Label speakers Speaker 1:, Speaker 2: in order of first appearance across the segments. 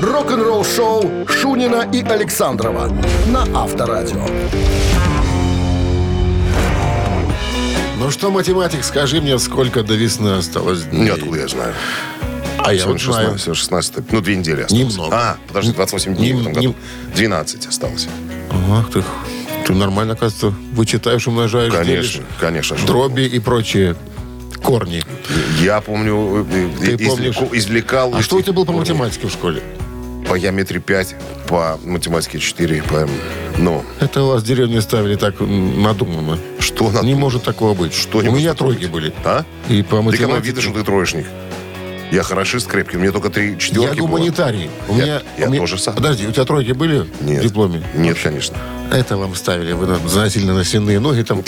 Speaker 1: рок-н-ролл шоу Шунина и Александрова на Авторадио.
Speaker 2: Ну что, математик, скажи мне, сколько до весны осталось дней?
Speaker 3: Нет, откуда я знаю.
Speaker 2: а я
Speaker 3: Сегодня
Speaker 2: вот знаю.
Speaker 3: 16, 16, ну, две недели осталось.
Speaker 2: Немного.
Speaker 3: А, подожди, 28 дней в этом
Speaker 2: Нем-
Speaker 3: году. 12 осталось.
Speaker 2: Ага, ты, ты нормально, оказывается, вычитаешь, умножаешь,
Speaker 3: Конечно,
Speaker 2: делишь,
Speaker 3: конечно. что-
Speaker 2: дроби и прочие корни. А
Speaker 3: Я помню, э,
Speaker 2: Ты
Speaker 3: э, извлеку-
Speaker 2: помнишь?
Speaker 3: извлекал...
Speaker 2: А
Speaker 3: эти
Speaker 2: что у тебя было по
Speaker 3: корни.
Speaker 2: математике в школе?
Speaker 3: По геометрии 5, по математике 4, по... м, Ну,
Speaker 2: Это у вас в деревне ставили так м, надуманно.
Speaker 3: что надо?
Speaker 2: Не может такого быть.
Speaker 3: Что не
Speaker 2: у
Speaker 3: может
Speaker 2: меня
Speaker 3: такого
Speaker 2: тройки были.
Speaker 3: А?
Speaker 2: И по
Speaker 3: Ты кому
Speaker 2: математике.
Speaker 3: видно, что ты троечник? Я хорошист крепкий, у меня только три
Speaker 2: я
Speaker 3: четверки было.
Speaker 2: гуманитарий. У
Speaker 3: Я-
Speaker 2: меня,
Speaker 3: я
Speaker 2: у меня-
Speaker 3: тоже сам.
Speaker 2: Подожди, у тебя тройки были
Speaker 3: Нет.
Speaker 2: в дипломе?
Speaker 3: Нет, конечно.
Speaker 2: Это вам ставили, вы там заносили на сенные ноги там.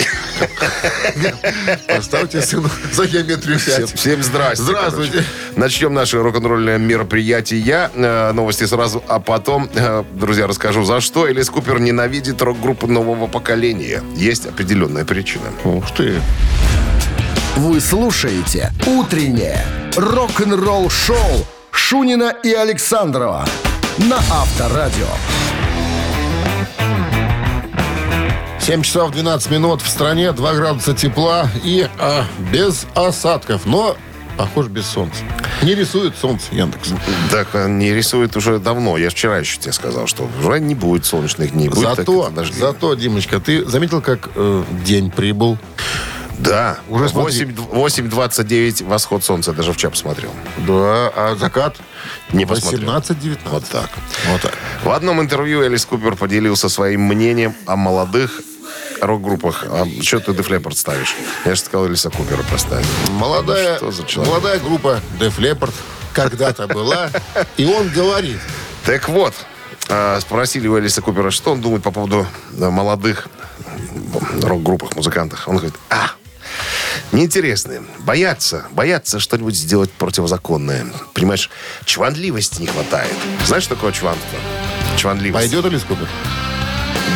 Speaker 2: Поставьте сыну за геометрию
Speaker 3: Всем,
Speaker 2: 5.
Speaker 3: всем здрасте.
Speaker 2: Здравствуйте.
Speaker 3: короче. Начнем наше рок-н-ролльное мероприятие. Э, новости сразу, а потом, э, друзья, расскажу, за что Элис Купер ненавидит рок-группу нового поколения. Есть определенная причина.
Speaker 2: Ух ты.
Speaker 1: Вы слушаете «Утреннее рок-н-ролл-шоу» Шунина и Александрова на Авторадио.
Speaker 2: 7 часов 12 минут в стране, 2 градуса тепла и а, без осадков. Но, похоже, без солнца. Не рисует солнце Яндекс.
Speaker 3: Так э, не рисует уже давно. Я ж вчера еще тебе сказал, что уже не будет солнечных дней. Будет так
Speaker 2: Зато,
Speaker 3: это дожди.
Speaker 2: зато, Димочка, ты заметил, как э, день прибыл?
Speaker 3: Да.
Speaker 2: Уже
Speaker 3: Уже
Speaker 2: смотри.
Speaker 3: 8.29 восход солнца. Я даже вчера посмотрел.
Speaker 2: Да, а закат?
Speaker 3: Не посмотрел.
Speaker 2: 18-19.
Speaker 3: Вот так.
Speaker 2: Вот так.
Speaker 3: В одном интервью Элис Купер поделился своим мнением о молодых рок-группах. А что ты Def Leppard ставишь? Я же сказал, Элиса Купера поставил.
Speaker 2: Молодая,
Speaker 3: Ну Что за человек?
Speaker 2: молодая группа Def Leppard когда-то была, и он говорит,
Speaker 3: Так вот, а, спросили у Элиса Купера, что он думает по поводу да, молодых рок-группах, музыкантах. Он говорит, а, неинтересные, боятся, боятся что-нибудь сделать противозаконное. Понимаешь, чванливости не хватает. Знаешь, что такое чванство? Чванливость.
Speaker 2: пойдет Элис Купер?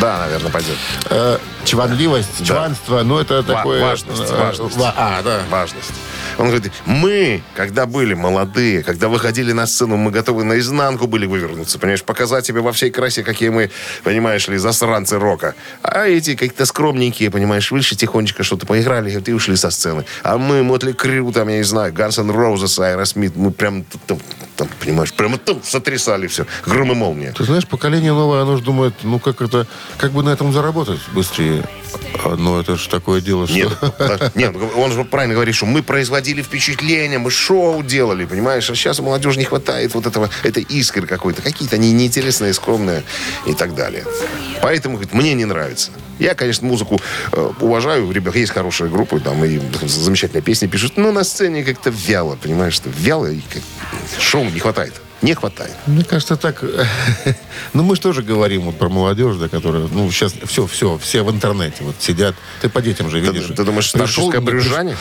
Speaker 3: Да, наверное, пойдет.
Speaker 2: Э, Чванливость, чванство, ну это такое...
Speaker 3: важность,
Speaker 2: э,
Speaker 3: важность.
Speaker 2: ва- А, да.
Speaker 3: Важность. Он говорит, мы, когда были молодые, когда выходили на сцену, мы готовы наизнанку были вывернуться, понимаешь, показать тебе во всей красе, какие мы, понимаешь ли, засранцы рока. А эти какие-то скромненькие, понимаешь, вышли тихонечко что-то поиграли, и ушли со сцены. А мы, Мотли Крю, там, я не знаю, Гансен Роузес, Аэросмит, мы прям там, там, понимаешь, прямо там сотрясали все. Гром и молния.
Speaker 2: Ты знаешь, поколение новое, оно же думает, ну как это, как бы на этом заработать быстрее. А, Ну это же такое дело, что...
Speaker 3: Нет, да, нет, он же правильно говорит, что мы производили впечатление, мы шоу делали, понимаешь? А сейчас у молодежи не хватает вот этого, этой искры какой-то. Какие-то они неинтересные, скромные и так далее. Поэтому, говорит, мне не нравится. Я, конечно, музыку э, уважаю, ребят, есть хорошие группы, там, и замечательные песни пишут, но на сцене как-то вяло, понимаешь, что вяло, и как... шоу не хватает. Не хватает.
Speaker 2: Мне кажется, так... ну, мы же тоже говорим вот про молодежь, да, которая... Ну, сейчас все, все, все в интернете вот сидят. Ты по детям же
Speaker 3: Ты,
Speaker 2: видишь.
Speaker 3: ты думаешь,
Speaker 2: Пришел,
Speaker 3: старшевское брюзжание?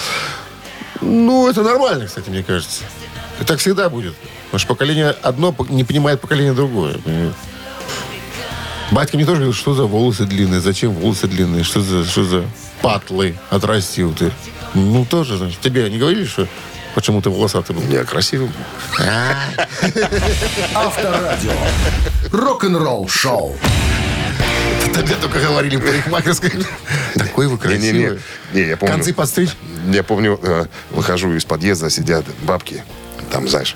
Speaker 2: Ну, это нормально, кстати, мне кажется. И так всегда будет. Потому что поколение одно по- не понимает поколение другое. понимаешь? Батька мне тоже говорил, что за волосы длинные, зачем волосы длинные, что за, что за патлы отрастил ты. Ну, тоже, значит, тебе не говорили, что почему ты волосатый был? А?
Speaker 3: Я красивый.
Speaker 1: Авторадио. Рок-н-ролл-шоу.
Speaker 2: Это мне только говорили в парикмахерской. Такой вы красивый.
Speaker 3: Не-не-не. Не, я помню.
Speaker 2: Концы подстричь?
Speaker 3: Я помню, э, выхожу из подъезда, сидят бабки, там, знаешь,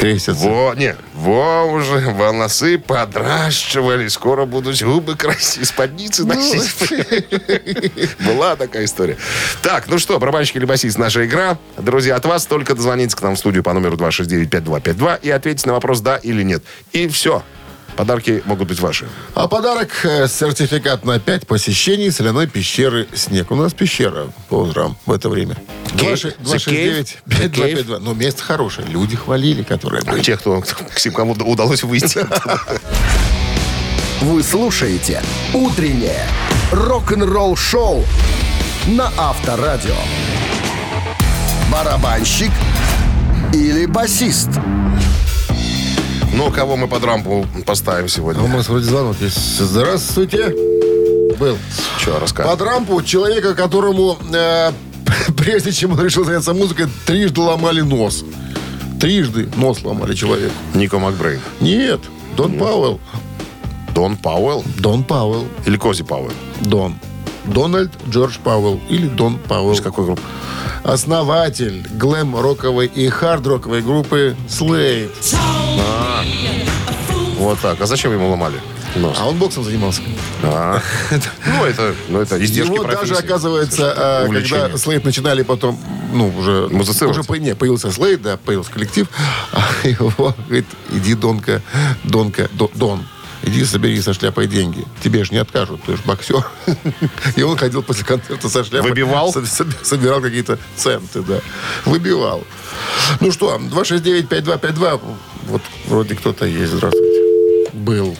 Speaker 2: Крестятся.
Speaker 3: во, не, во уже, волосы подращивали, скоро будут губы красить, спадницы носить. Была такая история. Так, ну что, барабанщик или басист, наша игра. Друзья, от вас только дозвоните к нам в студию по номеру 269-5252 и ответьте на вопрос «да» или «нет». И все. Подарки могут быть ваши.
Speaker 2: А подарок э, сертификат на 5 посещений соляной пещеры «Снег». У нас пещера по утрам в это время.
Speaker 3: Cave. The cave. The cave.
Speaker 2: 269-5252. Ну, место хорошее. Люди хвалили, которые были.
Speaker 3: Те, кто, кому удалось выйти.
Speaker 1: Вы слушаете «Утреннее рок-н-ролл-шоу» на Авторадио. Барабанщик или басист?
Speaker 3: Ну, кого мы под рампу поставим
Speaker 2: А У
Speaker 3: сегодня?
Speaker 2: нас вроде звонок есть. Здравствуйте. Был.
Speaker 3: Че, рассказывай.
Speaker 2: Под рампу человека, которому э, прежде чем он решил заняться музыкой, трижды ломали нос. Трижды нос ломали человеку.
Speaker 3: Нико Макбрейн.
Speaker 2: Нет, Дон Пауэлл.
Speaker 3: Дон Пауэлл?
Speaker 2: Дон Пауэлл.
Speaker 3: Или Кози Пауэлл?
Speaker 2: Дон. Дональд Джордж Пауэлл или Дон Пауэлл.
Speaker 3: Из какой группы?
Speaker 2: Основатель глэм-роковой и хард-роковой группы Slade.
Speaker 3: Вот так. А зачем ему ломали нос?
Speaker 2: А он боксом занимался.
Speaker 3: А. Ну, это, ну, это издержки
Speaker 2: Его
Speaker 3: профессии.
Speaker 2: даже, оказывается, а,
Speaker 3: Увлечение.
Speaker 2: когда Слейд начинали потом, ну, уже...
Speaker 3: Музыцировать.
Speaker 2: Уже по- не, появился Слейд, да, появился коллектив. А его говорит, иди, Донка, Донка, До- Дон, иди собери со шляпой деньги. Тебе же не откажут, ты же боксер. И он ходил после концерта со шляпой.
Speaker 3: Выбивал?
Speaker 2: со- со- Собирал какие-то центы, да. Выбивал. Ну что, 269-5252. Вот вроде кто-то есть, здравствуйте. Был.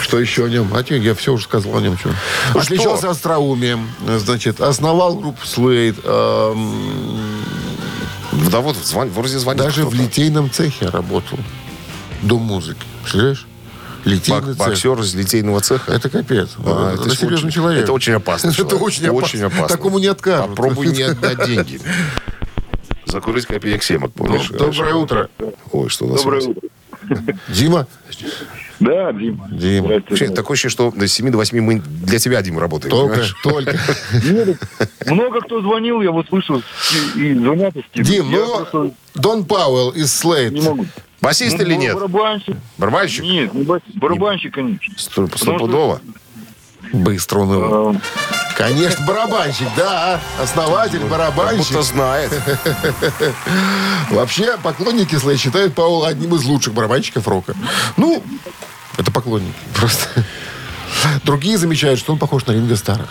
Speaker 2: Что еще о нем? А чё, я все уже сказал о нем. А Что? Отличался
Speaker 3: что?
Speaker 2: остроумием. Значит, основал группу эм, Слейд.
Speaker 3: Да вот, звон- вроде звонит
Speaker 2: даже в
Speaker 3: кто-то.
Speaker 2: литейном цехе работал. До музыки. Представляешь?
Speaker 3: Бок-
Speaker 2: Литейный цех.
Speaker 3: Боксер из литейного цеха.
Speaker 2: Это капец.
Speaker 3: А,
Speaker 2: Э, это
Speaker 3: это
Speaker 2: серьезный
Speaker 3: очень-
Speaker 2: человек.
Speaker 3: это очень опасный
Speaker 2: Это
Speaker 3: человек.
Speaker 2: очень опасно.
Speaker 3: Очень опасно.
Speaker 2: Такому не откажут.
Speaker 3: Попробуй не отдать деньги. Закурить копеек 7 отпомнишь.
Speaker 2: Ну, Доброе утро.
Speaker 3: Ой, что у нас
Speaker 4: Доброе
Speaker 3: сегодня?
Speaker 4: утро.
Speaker 2: Дима?
Speaker 4: Да, Дима.
Speaker 2: Дима.
Speaker 3: Вообще,
Speaker 4: Здравствуйте.
Speaker 3: такое ощущение, что с 7 до 8 мы для тебя, Дима, работаем.
Speaker 2: Только,
Speaker 3: понимаешь?
Speaker 2: только.
Speaker 4: Нет, Много кто звонил, я вот слышал, и, и звонят из Киева.
Speaker 2: Дим,
Speaker 4: Я
Speaker 2: ну,
Speaker 4: просто
Speaker 2: Дон Пауэлл из Слейд.
Speaker 4: не могу.
Speaker 3: Басист
Speaker 4: Ну,
Speaker 3: или нет?
Speaker 4: Барабанщик.
Speaker 3: Барабанщик?
Speaker 4: Нет, не бас- барабанщик, конечно.
Speaker 3: Сто-
Speaker 4: что-
Speaker 3: Стопудово.
Speaker 2: Быстро он его.
Speaker 4: Э,
Speaker 2: Конечно, барабанщик, да. а? Основатель,
Speaker 3: Как
Speaker 2: А, барабанщик.
Speaker 3: будто знает.
Speaker 2: Вообще, поклонники Слэй считают Паула одним из лучших барабанщиков рока. Ну, это поклонники просто. Другие замечают, что он похож на Ринга Стара.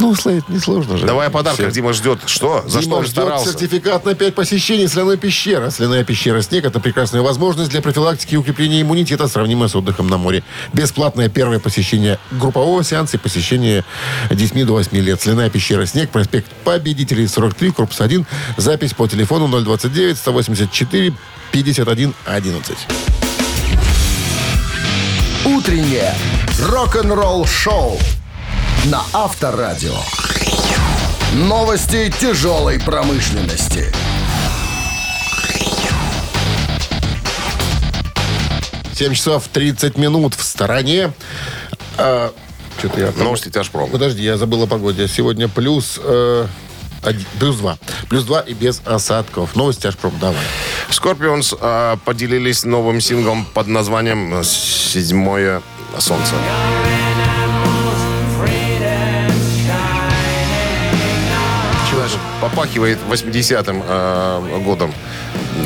Speaker 2: Ну, Слейд, несложно же.
Speaker 3: Давай о подарках. Дима ждет. Что? За что
Speaker 2: Дима
Speaker 3: он
Speaker 2: ждет
Speaker 3: старался?
Speaker 2: сертификат на 5 посещений соляной пещеры. Соляная пещера «Снег» — это прекрасная возможность для профилактики и укрепления иммунитета, сравнимая с отдыхом на море. Бесплатное первое посещение группового сеанса и посещение детьми до 8 лет. Соляная пещера «Снег», проспект Победителей, 43, корпус 1. Запись по телефону 029-184-51-11.
Speaker 1: Утреннее рок-н-ролл-шоу на Авторадио. Новости тяжелой промышленности.
Speaker 2: 7 часов 30 минут в стороне. А, что-то я... там-
Speaker 3: Новости тяжпром.
Speaker 2: Подожди, я забыл о погоде. Сегодня плюс... э, один- плюс два. Плюс два и без осадков. Новости Ашпром, давай.
Speaker 3: Скорпионс э, поделились новым синглом под названием «Седьмое солнце». Знаешь, Попахивает 80-м э, годом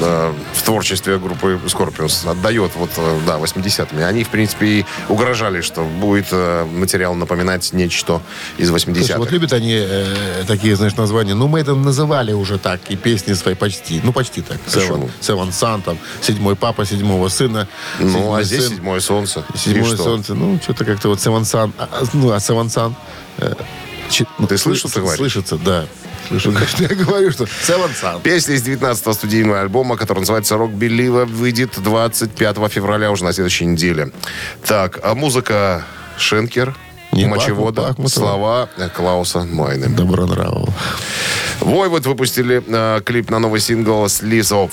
Speaker 3: э, в творчестве группы Скорпионс. Отдает вот, э, да, 80-ми. Они, в принципе, и угрожали, что будет э, материал напоминать нечто из
Speaker 2: Слушай,
Speaker 3: 80-х.
Speaker 2: вот любят они э, такие, знаешь, названия. Ну, мы это называли уже так, и песни свои почти. Ну, почти так.
Speaker 3: Почему?
Speaker 2: Севан, Севан Сан, там, седьмой папа, седьмого сына.
Speaker 3: ну,
Speaker 2: седьмой
Speaker 3: а здесь
Speaker 2: сын,
Speaker 3: «Седьмое солнце». И
Speaker 2: седьмое
Speaker 3: что?
Speaker 2: солнце. Ну, что-то как-то вот Севан Сан. а, а, ну, а Севан Сан... э, чи- ну,
Speaker 3: Ты слышал,
Speaker 2: слышится,
Speaker 3: ты говоришь?
Speaker 2: Слышится, да. Ну, Слышу, я говорю, что Севан Сан.
Speaker 3: Песня из 19-го студийного альбома, который называется «Рок Белива», выйдет 25 февраля, уже на следующей неделе. Так, а музыка Шенкер,
Speaker 2: Не
Speaker 3: Мочевода,
Speaker 2: Бахмут, Бахмутова.
Speaker 3: слова э, Клауса Майны.
Speaker 2: Добронравова.
Speaker 3: Войвод выпустили э, клип на новый сингл «Sleaze Off».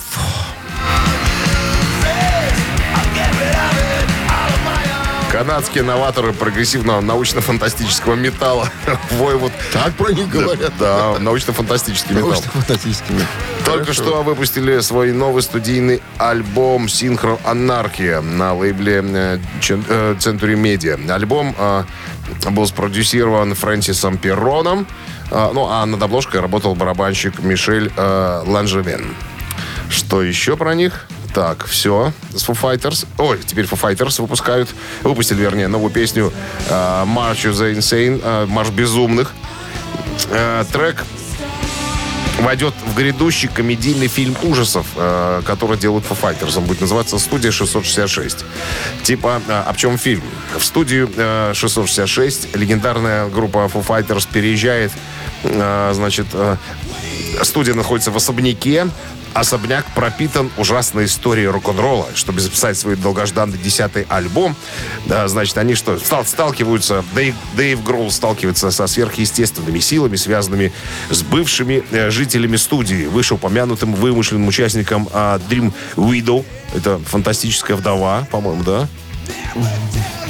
Speaker 3: Канадские новаторы прогрессивного научно-фантастического металла. Войвод.
Speaker 2: Так А про них говорят.
Speaker 3: Да, научно-фантастический металл.
Speaker 2: Научно-фантастическими.
Speaker 3: Только что выпустили свой новый студийный альбом «Синхро Анархия» на лейбле э, Чен- э, Century Media. Альбом э, был спродюсирован Фрэнсисом Перроном, э, ну а над обложкой работал барабанщик Мишель э, Ланжевен. Что еще про них? Так, все. С Foo Fighters. Ой, теперь Foo Fighters выпускают. Выпустили, вернее, новую песню э, «March of the Insane», э, «Марш безумных». Э, трек войдет в грядущий комедийный фильм ужасов, э, который делают Foo Fighters. Он будет называться «Студия 666». Типа, э, о чем фильм? В студию э, 666 легендарная группа Foo Fighters переезжает, э, значит, э, студия находится в особняке,
Speaker 5: Особняк пропитан ужасной историей рок-н-ролла. Чтобы записать свой долгожданный десятый альбом, да, значит, они что, стал- сталкиваются, Дэйв, Дэйв Гролл сталкивается со сверхъестественными силами, связанными с бывшими э, жителями студии, вышеупомянутым вымышленным участником э, Dream Widow. Это фантастическая вдова, по-моему, да?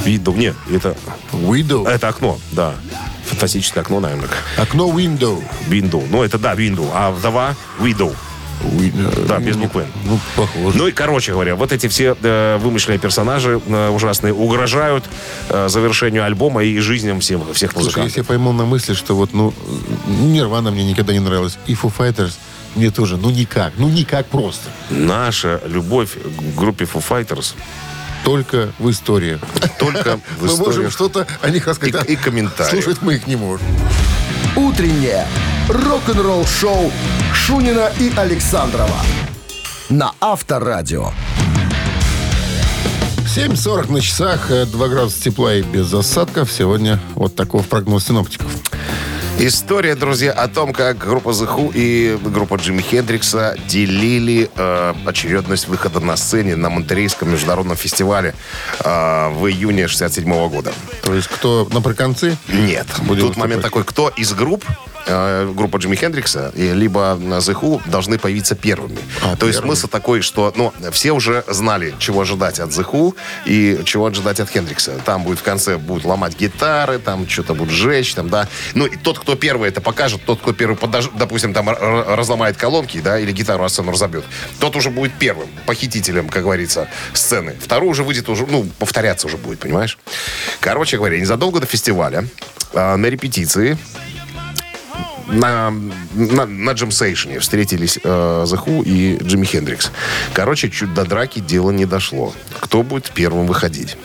Speaker 5: Widow, нет, это,
Speaker 2: Window.
Speaker 5: это окно, да. Фантастическое окно, наверное.
Speaker 2: Окно window.
Speaker 5: Window. Ну, это да, Window. А вдова Widow.
Speaker 2: Win-
Speaker 5: Да, без буквы. «Н».
Speaker 2: Ну, похоже.
Speaker 5: Ну и, короче говоря, вот эти все э, вымышленные персонажи э, ужасные угрожают э, завершению альбома и жизням всем,
Speaker 2: Слушай,
Speaker 5: всех
Speaker 2: я
Speaker 5: музыкантов.
Speaker 2: себя поймал на мысли, что вот, ну, Нирвана мне никогда не нравилась. И Foo Fighters мне тоже. Ну, никак. Ну, никак просто.
Speaker 5: Наша любовь к группе Foo Fighters
Speaker 2: Только в истории.
Speaker 5: только в
Speaker 2: Мы можем
Speaker 5: истории.
Speaker 2: что-то о них рассказать. а
Speaker 5: И- и комментарии.
Speaker 2: Слушать мы их не можем.
Speaker 1: Утреннее рок-н-ролл-шоу Шунина и Александрова на Авторадио.
Speaker 2: 7.40 на часах, э, 2 градуса тепла и без осадков. Сегодня вот такой прогноз синоптиков.
Speaker 5: История, друзья, о том, как группа The Who и группа Джимми Хендрикса делили э, очередность выхода на сцене на Монтерейском международном фестивале э, в июне 67 года.
Speaker 2: То есть, кто наприконцы,
Speaker 5: Нет.
Speaker 2: Будем
Speaker 5: Тут
Speaker 2: выступать.
Speaker 5: момент такой, кто из групп, э, группа Джимми Хендрикса, и либо на The Who должны появиться первыми.
Speaker 2: А,
Speaker 5: То есть
Speaker 2: первыми.
Speaker 5: смысл такой, что ну, все уже знали, чего ожидать от The Who и чего ожидать от Хендрикса. Там будет в конце будут ломать гитары, там что-то будут жечь, там, да. Ну, и тот, кто первый это покажет, тот, кто первый, подож- допустим, там р- р- разломает колонки, да, или гитару о сцену разобьет, тот уже будет первым похитителем, как говорится, сцены. Второй уже выйдет уже, ну, повторяться уже будет, понимаешь? Короче говоря, незадолго до фестиваля а, на репетиции на, на, на джемсейшне встретились э, The Who и Джимми Хендрикс. Короче, чуть до драки дело не дошло. Кто будет первым выходить?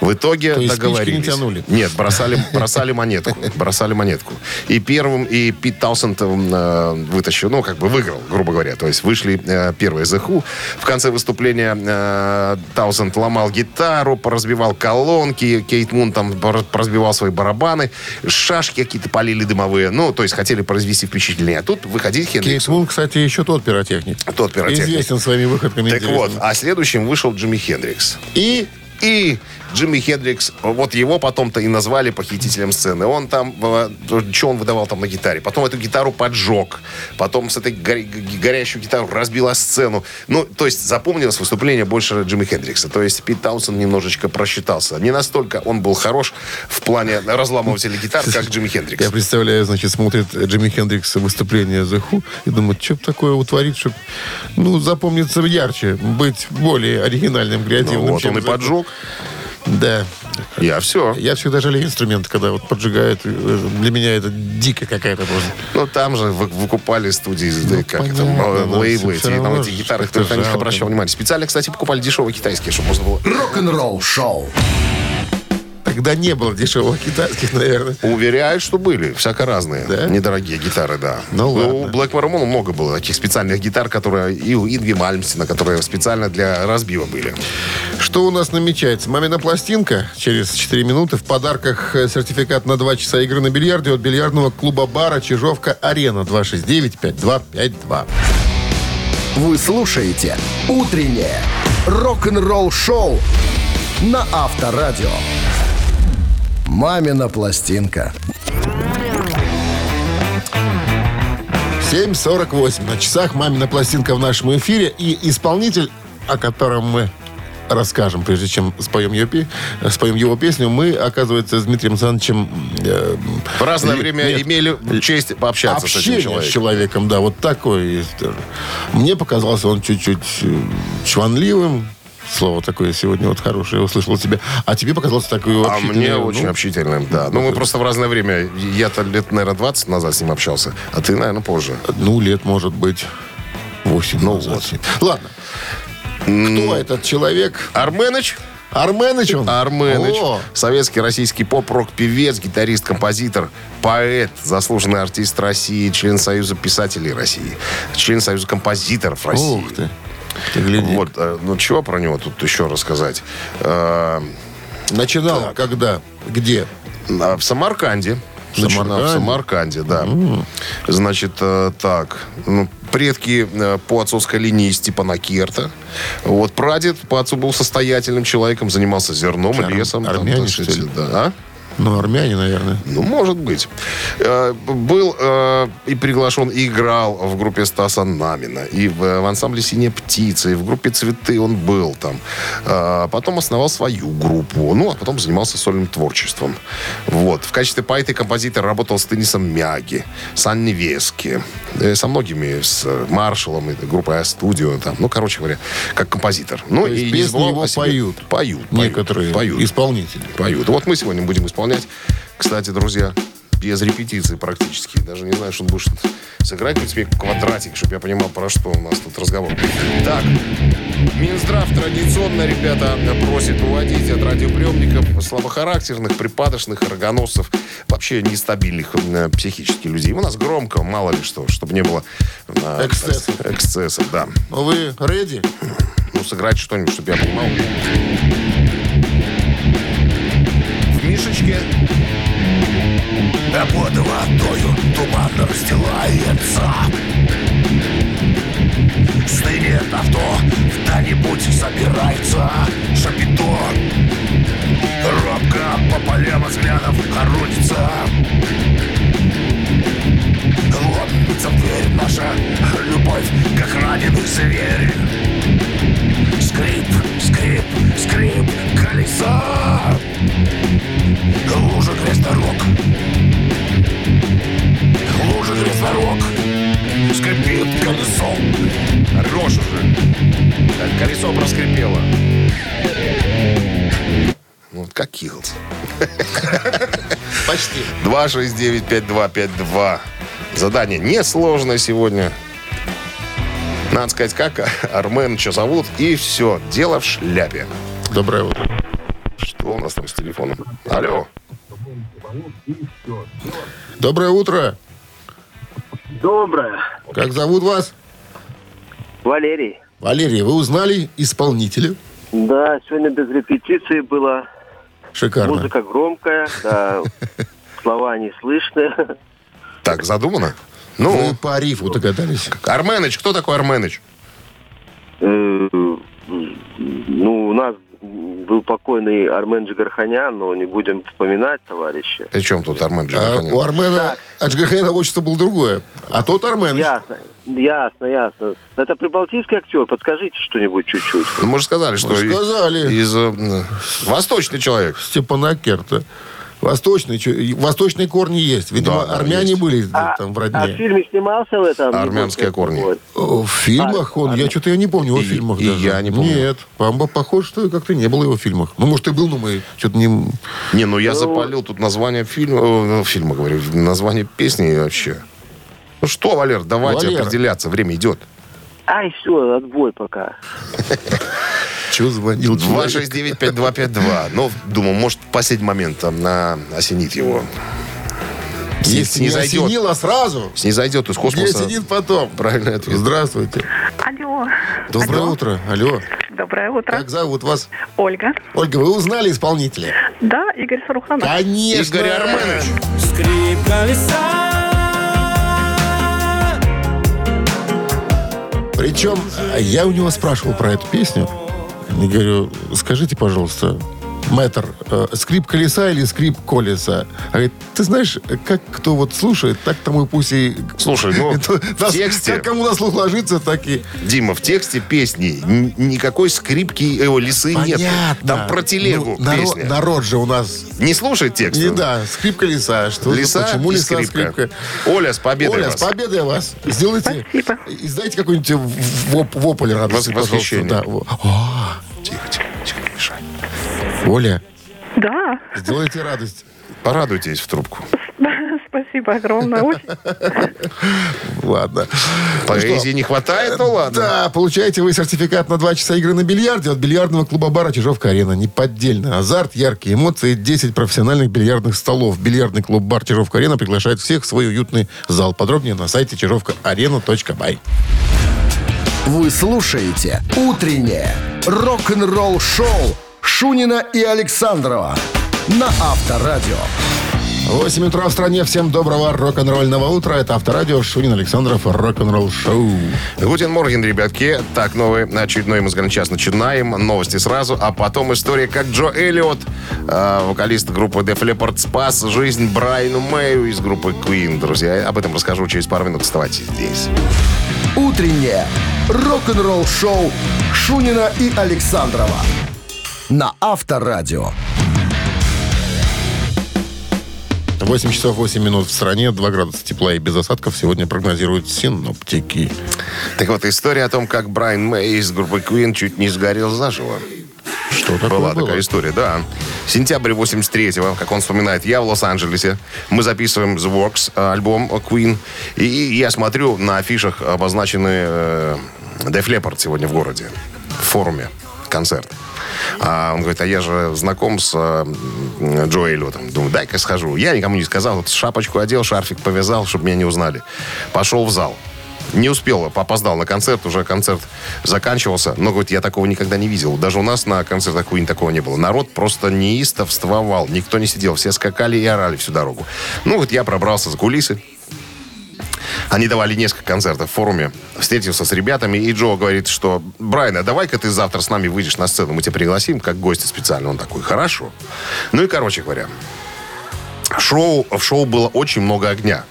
Speaker 5: В итоге
Speaker 2: То есть спички не
Speaker 5: договорились.
Speaker 2: тянули?
Speaker 5: Нет, бросали, бросали монетку. Бросали монетку. И первым, и Пит Таусенд э, вытащил, ну, как бы выиграл, грубо говоря. То есть вышли э, первые The Who. В конце выступления э, Таусенд ломал гитару, поразбивал колонки. Кейт Мун там пор- поразбивал свои барабаны. Шашки какие-то полили дымовые. Ну, то есть хотели произвести впечатление. А тут выходить Хендрикс.
Speaker 2: Кейс Мун, кстати, еще тот пиротехник.
Speaker 5: Тот пиротехник.
Speaker 2: Известен своими выходками.
Speaker 5: Так вот,
Speaker 2: интересными.
Speaker 5: а следующим вышел Джимми Хендрикс.
Speaker 2: И
Speaker 5: И Джимми Хендрикс, вот его потом-то и назвали похитителем сцены. Он там, что он выдавал там на гитаре. Потом эту гитару поджег. Потом с этой горе- г- горящей гитарой разбила сцену. Ну, то есть запомнилось выступление больше Джимми Хендрикса. То есть Пит Таунсон немножечко просчитался. Не настолько он был хорош в плане разламывателя гитар, как Джимми Хендрикс.
Speaker 2: я представляю, значит, смотрит Джимми Хендрикс выступление The Who и думает, что бы такое утворить, чтобы, ну, запомниться ярче, быть более оригинальным, креативным.
Speaker 5: Ну, вот
Speaker 2: чем
Speaker 5: он и
Speaker 2: The Who.
Speaker 5: поджег.
Speaker 2: Да.
Speaker 5: Я все.
Speaker 2: Я всегда жалею инструменты, когда вот поджигают. Э, Для меня это дико какая-то просто.
Speaker 5: Ну, там же вы- выкупали студии, да, как это,
Speaker 2: Ну, понятно,
Speaker 5: э,
Speaker 2: но
Speaker 5: лейблы,
Speaker 2: всё
Speaker 5: эти,
Speaker 2: равно
Speaker 5: там эти
Speaker 2: же
Speaker 5: гитары,
Speaker 2: как-то
Speaker 5: кто на них
Speaker 2: жалко.
Speaker 5: обращал внимание. Специально, кстати, покупали дешевые китайские, чтобы можно было...
Speaker 2: Ну.
Speaker 1: Рок-н-ролл-шоу.
Speaker 2: Тогда не было дешевых китайских, наверное.
Speaker 5: Уверяют, что были. Всяко разные.
Speaker 2: Да?
Speaker 5: Недорогие гитары, да.
Speaker 2: Ну,
Speaker 5: У
Speaker 2: ладно.
Speaker 5: Black Maroon много было таких специальных гитар, которые и у Инги Мальмстина, которые специально для разбива были.
Speaker 2: Что у нас намечается? Мамина пластинка через 4 минуты. В подарках э, сертификат на 2 часа игры на бильярде от бильярдного клуба-бара «Чижовка-Арена» 269-5252.
Speaker 1: Вы слушаете «Утреннее рок-н-ролл-шоу» на Авторадио. «Мамина пластинка».
Speaker 2: 7.48 на часах «Мамина пластинка» в нашем эфире. И исполнитель, о котором мы расскажем, прежде чем споем, ее, пе- споем его песню, мы, оказывается, с Дмитрием Александровичем... э,
Speaker 5: В разное
Speaker 2: ли-
Speaker 5: время
Speaker 2: нет,
Speaker 5: имели честь пообщаться с этим
Speaker 2: общение с
Speaker 5: человеком.
Speaker 2: человеком, да, вот такой. есть тоже. Мне показался он чуть-чуть э, чванливым. Слово такое сегодня вот хорошее, я услышал от тебя. А тебе показался такой
Speaker 5: А
Speaker 2: вообще...
Speaker 5: мне очень общительным, да. Ну, мы просто в разное время. Я-то лет, наверное, 20 назад с ним общался, а ты, наверное, позже.
Speaker 2: Ну, лет, может быть, 8
Speaker 5: Ну
Speaker 2: назад.
Speaker 5: вот.
Speaker 2: Ладно. Кто этот человек?
Speaker 5: Арменыч?
Speaker 2: Арменыч он?
Speaker 5: Арменыч.
Speaker 2: О,
Speaker 5: Советский российский поп-рок-певец, гитарист, композитор, поэт, заслуженный артист России, член Союза писателей России, член Союза композиторов России.
Speaker 2: ух ты. Ты гляди.
Speaker 5: Вот, э, ну чего про него тут еще рассказать? Э,
Speaker 2: Начинал когда? Где?
Speaker 5: а, В Самарканде. Начинал
Speaker 2: Самарканде?
Speaker 5: в Самарканде, да. Значит, э, так, ну, предки э, по отцовской линии из Степана Керта. Вот прадед по отцу был состоятельным человеком, занимался зерном,
Speaker 2: Что,
Speaker 5: лесом. там,
Speaker 2: армяне,
Speaker 5: так
Speaker 2: что
Speaker 5: сказать,
Speaker 2: ли?
Speaker 5: Да. А?
Speaker 2: Ну, армяне, наверное.
Speaker 5: Ну, может быть. Э, Был э, и приглашен, и играл в группе Стаса Намина, и в, э, в ансамбле «Синяя птица», и в группе «Цветы» он был там. Э, Потом основал свою группу, ну, а потом занимался сольным творчеством. Вот. В качестве поэта и композитора работал с Денисом Мяги, с Анной Вески, э, со многими, с э, Маршалом, и группой «А-студио», там, ну, короче говоря, как композитор. Ну,
Speaker 2: То есть
Speaker 5: не
Speaker 2: песни
Speaker 5: забывал
Speaker 2: его
Speaker 5: о себе.
Speaker 2: поют.
Speaker 5: Поют, поют,
Speaker 2: Некоторые
Speaker 5: поют
Speaker 2: исполнители.
Speaker 5: поют. Вот мы сегодня будем исполнять. Кстати, друзья, без репетиции практически. Даже не знаю, что он будет сыграть. Ведь себе квадратик, чтобы я понимал, про что у нас тут разговор. Так, Минздрав традиционно, ребята, просит уводить от радиоприемников слабохарактерных, припадочных, рогоносцев, вообще нестабильных э, психически людей. У нас громко, мало ли что, чтобы не было... э,
Speaker 2: Эксцессов.
Speaker 5: Эксцессов, да.
Speaker 2: Ну, вы ready?
Speaker 5: Ну, сыграть что-нибудь, чтобы я понимал. В Мишечке
Speaker 6: А под водою туман расстилается Стынет авто, куда-нибудь собирается Шапито Робко по полям от взглядов крутится Ломится в дверь наша любовь, как раненый зверь Скрип, скрип, скрип колеса Лужа грязь дорог, Лужа грязнорог Скрипит колесо
Speaker 5: Рожь уже. Так, колесо проскрипело. Ну, вот как Иглс.
Speaker 2: Почти.
Speaker 5: 269-5252. Задание несложное сегодня. Надо сказать, как Армен что зовут, и все. Дело в шляпе.
Speaker 2: Доброе утро.
Speaker 5: Что у нас там с телефоном? Алло.
Speaker 2: Доброе утро.
Speaker 7: Доброе.
Speaker 2: Как зовут вас?
Speaker 7: Валерий.
Speaker 2: Валерий, вы узнали исполнителя?
Speaker 7: Да, сегодня без репетиции было.
Speaker 2: Шикарно.
Speaker 7: Музыка громкая, да, слова не слышны.
Speaker 5: Так, задумано?
Speaker 2: Вы
Speaker 5: Ну,
Speaker 2: по рифу догадались.
Speaker 5: Арменыч, кто такой Арменыч?
Speaker 7: Э, Ну, у нас был покойный Армен Джигарханян, но не будем вспоминать, товарища.
Speaker 5: При чем тут Армен
Speaker 2: А
Speaker 5: Джигарханян?
Speaker 2: у Армена Аджгахена отчество было другое. А тот Армен.
Speaker 7: Ясно, ясно, ясно. Это прибалтийский актер, подскажите что-нибудь чуть-чуть.
Speaker 5: Ну, Мы же сказали, что
Speaker 2: Мы же
Speaker 5: и-
Speaker 2: сказали.
Speaker 5: из э, восточный человек.
Speaker 2: Степана Керта. Восточные, чё- и восточные корни есть. Видимо,
Speaker 5: Да, да,
Speaker 2: армяне
Speaker 5: есть.
Speaker 2: были
Speaker 7: А,
Speaker 2: там в
Speaker 7: а в
Speaker 2: родне.
Speaker 7: фильме снимался в этом?
Speaker 5: Армянские корни.
Speaker 7: Вот.
Speaker 2: О, В фильмах он, я что-то я не помню его
Speaker 5: А, И-
Speaker 2: в фильмах
Speaker 5: и
Speaker 2: даже.
Speaker 5: я не помню.
Speaker 2: Нет, Памба, похоже, что как-то не было его в фильмах. Ну, может, и был, но мы что-то не...
Speaker 5: Не, ну я запалил тут название фильма, э, фильма говорю, название песни вообще. Ну что, Валер, давайте
Speaker 2: Валер.
Speaker 5: определяться, время идет.
Speaker 7: Ай, все, отбой пока.
Speaker 2: Чего звонил? человек?
Speaker 5: 269-5252. Ну, думаю, может, последний момент там на осенит его.
Speaker 2: Если не
Speaker 5: Снизойдет.
Speaker 2: осенило а сразу,
Speaker 5: Снизойдет из
Speaker 2: где
Speaker 5: космоса.
Speaker 2: сидит потом.
Speaker 5: Правильный ответ.
Speaker 2: Здравствуйте.
Speaker 8: Алло.
Speaker 2: Доброе
Speaker 8: Алло.
Speaker 2: утро. Алло.
Speaker 8: Доброе утро.
Speaker 2: Как зовут вас?
Speaker 8: Ольга.
Speaker 2: Ольга, вы узнали исполнителя?
Speaker 8: Да, Игорь Саруханов.
Speaker 2: Конечно.
Speaker 5: Игорь Арменович.
Speaker 9: Скрип колеса
Speaker 2: Причем э, я у него спрашивал про эту песню. Я говорю, скажите, пожалуйста, мэтр, э, скрип колеса или скрип колеса? А говорит, ты знаешь, э, как кто вот слушает, так тому и пусть и...
Speaker 5: Слушай, ну,
Speaker 2: Это
Speaker 5: в
Speaker 2: нас-
Speaker 5: тексте-
Speaker 2: Как кому на слух ложится, так и...
Speaker 5: Дима, в тексте песни н- никакой скрипки, его лисы нет.
Speaker 2: Понятно.
Speaker 5: Там про телегу
Speaker 2: Ну, наро-
Speaker 5: песня.
Speaker 2: народ же у нас...
Speaker 5: Не слушай текст.
Speaker 2: Не да, скрип колеса. Что
Speaker 5: Лиса
Speaker 2: почему
Speaker 5: и
Speaker 2: лиса,
Speaker 5: скрипка.
Speaker 2: скрипка?
Speaker 5: Оля, с победой
Speaker 2: Оля,
Speaker 5: вас.
Speaker 2: с победой вас. Сделайте...
Speaker 8: Спасибо.
Speaker 2: Издайте какой-нибудь в- воп- вопль радости,
Speaker 5: Вос- восхищение.
Speaker 2: пожалуйста. Да, во- О,
Speaker 5: Тихо, тихо, тихо, не мешай.
Speaker 2: Оля,
Speaker 8: Да.
Speaker 2: сделайте радость.
Speaker 5: Порадуйтесь в трубку.
Speaker 2: Ну
Speaker 8: Спасибо огромное. Очень
Speaker 2: Ладно.
Speaker 5: Поэзии не хватает, ну ладно.
Speaker 2: Да, получаете вы сертификат на 2 часа игры на бильярде от бильярдного клуба-бара «Чижовка-арена». Неподдельный азарт, яркие эмоции, 10 профессиональных бильярдных столов. Бильярдный клуб-бар «Чижовка-арена» приглашает всех в свой уютный зал. Подробнее на сайте чижовкаарена.бай.
Speaker 1: Вы слушаете «Утреннее рок-н-ролл-шоу» Шунина и Александрова на Авторадио.
Speaker 2: 8 утра в стране. Всем доброго рок-н-ролльного утра. Это Авторадио Шунин Александров. Рок-н-ролл шоу.
Speaker 5: Гутен Морген, ребятки. Так, новый очередной музыкальный час начинаем. Новости сразу, а потом история, как Джо Эллиот, э, вокалист группы Def Leppard, спас жизнь Брайану Мэю из группы Queen. Друзья, об этом расскажу через пару минут. Оставайтесь здесь.
Speaker 1: Утреннее рок-н-ролл-шоу Шунина и Александрова на Авторадио.
Speaker 2: 8 часов 8 минут в стране. 2 градуса тепла и без осадков сегодня прогнозируют синоптики.
Speaker 5: Так вот, история о том, как Брайан Мэй из группы Queen чуть не сгорел заживо.
Speaker 2: Что такое
Speaker 5: Была
Speaker 2: было?
Speaker 5: такая история, да. Сентябрь 83-го, как он вспоминает, я в Лос-Анджелесе. Мы записываем The Works, э, альбом э, Queen. И я смотрю, на афишах обозначены э, Def Leppard сегодня в городе. В форуме. Концерт. А он говорит, а я же знаком с э, м, Джо Эллиотом. Думаю, дай-ка схожу. Я никому не сказал. Вот шапочку одел, шарфик повязал, чтобы меня не узнали. Пошел в зал. Не успел, опоздал на концерт, уже концерт заканчивался. Но, говорит, я такого никогда не видел. Даже у нас на концертах Queen такого не было. Народ просто неистовствовал, никто не сидел. Все скакали и орали всю дорогу. Ну, вот я пробрался за кулисы. Они давали несколько концертов в форуме. Встретился с ребятами, и Джо говорит, что «Брайан, а давай-ка ты завтра с нами выйдешь на сцену, мы тебя пригласим как гостя специально». Он такой «Хорошо». Ну и, короче говоря, шоу, в шоу было очень много огня.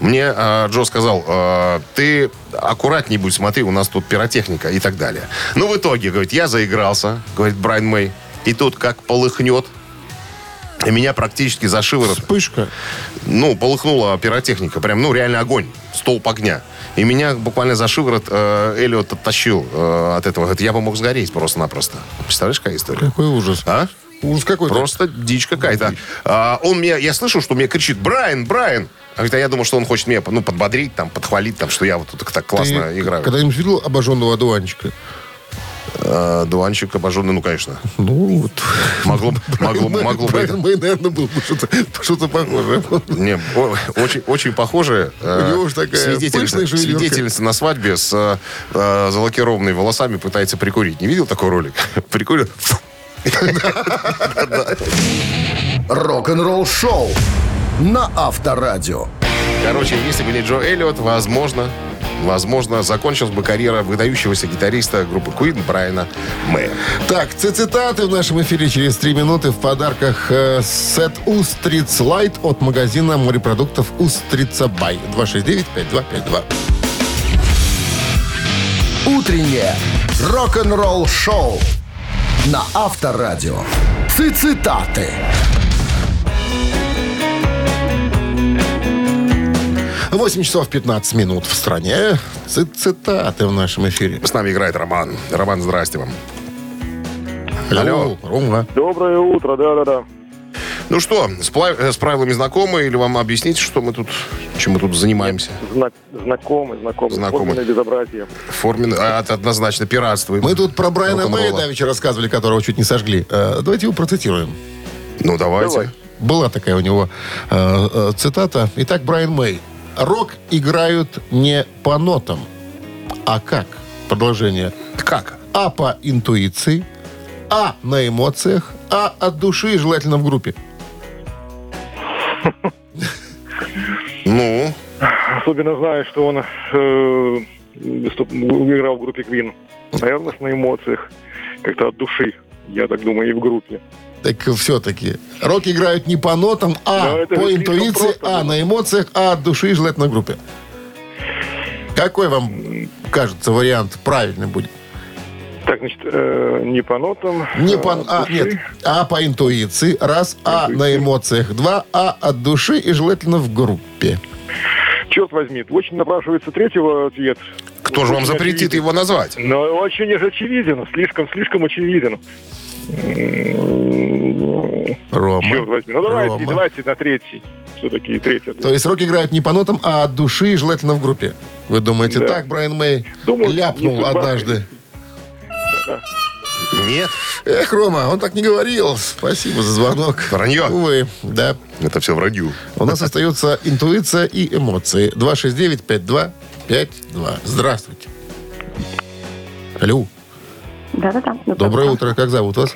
Speaker 5: Мне э, Джо сказал, э, ты аккуратней будь, смотри, у нас тут пиротехника и так далее. Ну, в итоге, говорит, я заигрался, говорит Брайан Мэй, и тут как полыхнет, и меня практически за шиворот
Speaker 2: Вспышка.
Speaker 5: ну, полыхнула пиротехника. Прям, ну, реально огонь. Столб огня. И меня буквально за шиворот э, Эллиот оттащил э, от этого. Говорит, я бы мог сгореть просто-напросто. Представляешь, какая история?
Speaker 2: Какой ужас.
Speaker 5: А?
Speaker 2: Ужас какой-то.
Speaker 5: Просто дичь какая-то. А, он мне, я слышал, что мне кричит, Брайан, Брайан. А говорит, а я думал, что он хочет меня ну, подбодрить, там, подхвалить, там, что я вот тут так классно
Speaker 2: Ты
Speaker 5: играю.
Speaker 2: когда-нибудь видел обожженного одуванчика?
Speaker 5: Э, дуанчик обожженный, ну, конечно.
Speaker 2: Ну, вот.
Speaker 5: Могло, бы- могло, бы- могло бы... это-
Speaker 2: Брайан Мэй, наверное, был бы что-то что-то похожее.
Speaker 5: Не, о- очень, очень похоже.
Speaker 2: У него уж такая пышная
Speaker 5: свидетельница,
Speaker 2: шевелюрка.
Speaker 5: свидетельница на свадьбе с э, э, залакированными волосами пытается прикурить. Не видел такой ролик? Прикурил.
Speaker 1: Рок-н-ролл-шоу на Авторадио.
Speaker 5: Короче, если бы не Джо Эллиот, возможно, возможно, закончилась бы карьера выдающегося гитариста группы Queen Брайана Мэя.
Speaker 2: Так, ци- цитаты в нашем эфире через три минуты. В подарках э, сет «Устриц Лайт» от магазина морепродуктов «Устрица Бай». 269-5252.
Speaker 1: Утреннее рок-н-ролл-шоу на Авторадио. Цитаты.
Speaker 2: 8 часов 15 минут в стране. Ци- Цитаты в нашем эфире.
Speaker 5: С нами играет Роман. Роман, здрасте вам. Алло.
Speaker 2: Рома.
Speaker 10: Доброе утро, да-да-да.
Speaker 5: Ну что, с, пла- э, с правилами знакомы или вам объяснить, что мы тут, чем мы тут занимаемся?
Speaker 10: Зна- знакомый, знакомый.
Speaker 5: Знакомый.
Speaker 10: Форменное безобразие.
Speaker 5: Формен... а, однозначно пиратствуем.
Speaker 2: Мы тут про Брайана Мэя
Speaker 5: Рок-н-ролла.
Speaker 2: давеча рассказывали, которого чуть не сожгли. Э, Давайте его процитируем.
Speaker 5: Ну, давайте.
Speaker 10: Давай.
Speaker 2: Была такая у него э, э, цитата. Итак, Брайан Мэй. Рок играют не по нотам, а как? Продолжение.
Speaker 5: Как?
Speaker 2: А по интуиции, а на эмоциях, а от души, желательно в группе.
Speaker 5: Ну,
Speaker 10: Особенно знаю, что он э, выступ- играл в группе Квин. Наверное, на эмоциях. Как-то от души. Я так думаю, и в группе.
Speaker 2: Так все-таки. Рок играют не по нотам,
Speaker 10: Но
Speaker 2: а
Speaker 10: это
Speaker 2: по
Speaker 10: же слишком
Speaker 2: интуиции,
Speaker 10: просто
Speaker 2: а
Speaker 10: было.
Speaker 2: на эмоциях, а от души, желательно в группе. Какой вам кажется вариант правильный будет?
Speaker 10: Так, значит, э, не по нотам.
Speaker 2: Не
Speaker 10: э,
Speaker 2: по,
Speaker 10: от
Speaker 2: а,
Speaker 10: души.
Speaker 2: нет, а по интуиции, раз, а на эмоциях, два, а от души и желательно в группе.
Speaker 10: Черт возьми, очень напрашивается третьего ответ.
Speaker 5: кто же вам
Speaker 10: Очень
Speaker 5: запретит
Speaker 10: очевиден.
Speaker 5: его назвать?
Speaker 10: Но очень же очевиден, слишком-слишком очевиден. М, Черт
Speaker 2: Рома.
Speaker 10: возьми. Ну давайте,
Speaker 2: Рома.
Speaker 10: давайте на третий. Все-таки третий ответ.
Speaker 2: То есть рок играют не по нотам, а от души и желательно в группе. Вы думаете,
Speaker 10: Да.
Speaker 2: так Брайан Мэй
Speaker 10: Думаю, не
Speaker 2: ляпнул
Speaker 10: судьба.
Speaker 2: однажды?
Speaker 5: Нет.
Speaker 2: Эх, Рома, он так не говорил. Спасибо за звонок.
Speaker 5: Вранье.
Speaker 2: Увы, да.
Speaker 5: Это все вранью.
Speaker 2: У нас остается интуиция и эмоции. 269-5252. Здравствуйте. Алло.
Speaker 8: Да-да-да.
Speaker 2: Доброе утро. Как зовут вас?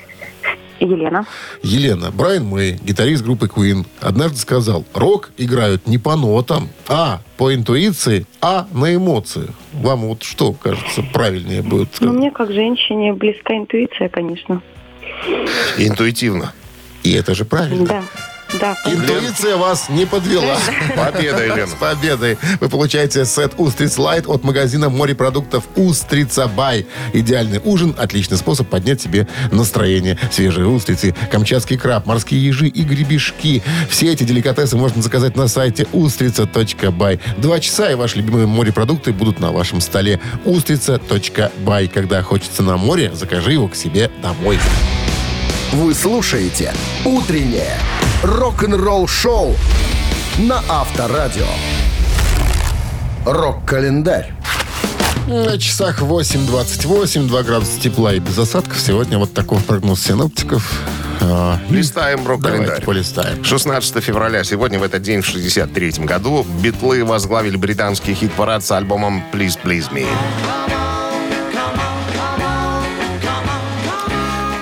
Speaker 9: Елена.
Speaker 2: Елена, Брайан Мэй, гитарист группы Queen, однажды сказал, рок играют не по нотам, а по интуиции, а на эмоции. Вам вот что, кажется, правильнее будет?
Speaker 9: Ну, мне как женщине близка интуиция, конечно.
Speaker 5: Интуитивно.
Speaker 2: И это же правильно.
Speaker 9: Да. Да,
Speaker 2: Интуиция вас не подвела.
Speaker 5: Победа,
Speaker 2: С
Speaker 5: Елена.
Speaker 2: победой! Вы получаете сет «Устриц Лайт» от магазина морепродуктов «Устрица Бай». Идеальный ужин – отличный способ поднять себе настроение. Свежие устрицы, камчатский краб, морские ежи и гребешки. Все эти деликатесы можно заказать на сайте устрица.бай. Два часа, и ваши любимые морепродукты будут на вашем столе. Устрица.бай. Когда хочется на море, закажи его к себе домой.
Speaker 1: Вы слушаете «Утреннее рок-н-ролл-шоу» на Авторадио. Рок-календарь.
Speaker 2: На часах 8.28, 2 градуса тепла и без осадков. Сегодня вот такой прогноз синоптиков. А, и
Speaker 5: Листаем рок-календарь.
Speaker 2: Давайте полистаем.
Speaker 5: 16 февраля, сегодня в этот день в 63 году, битлы возглавили британский хит-парад с альбомом «Please, Please Me».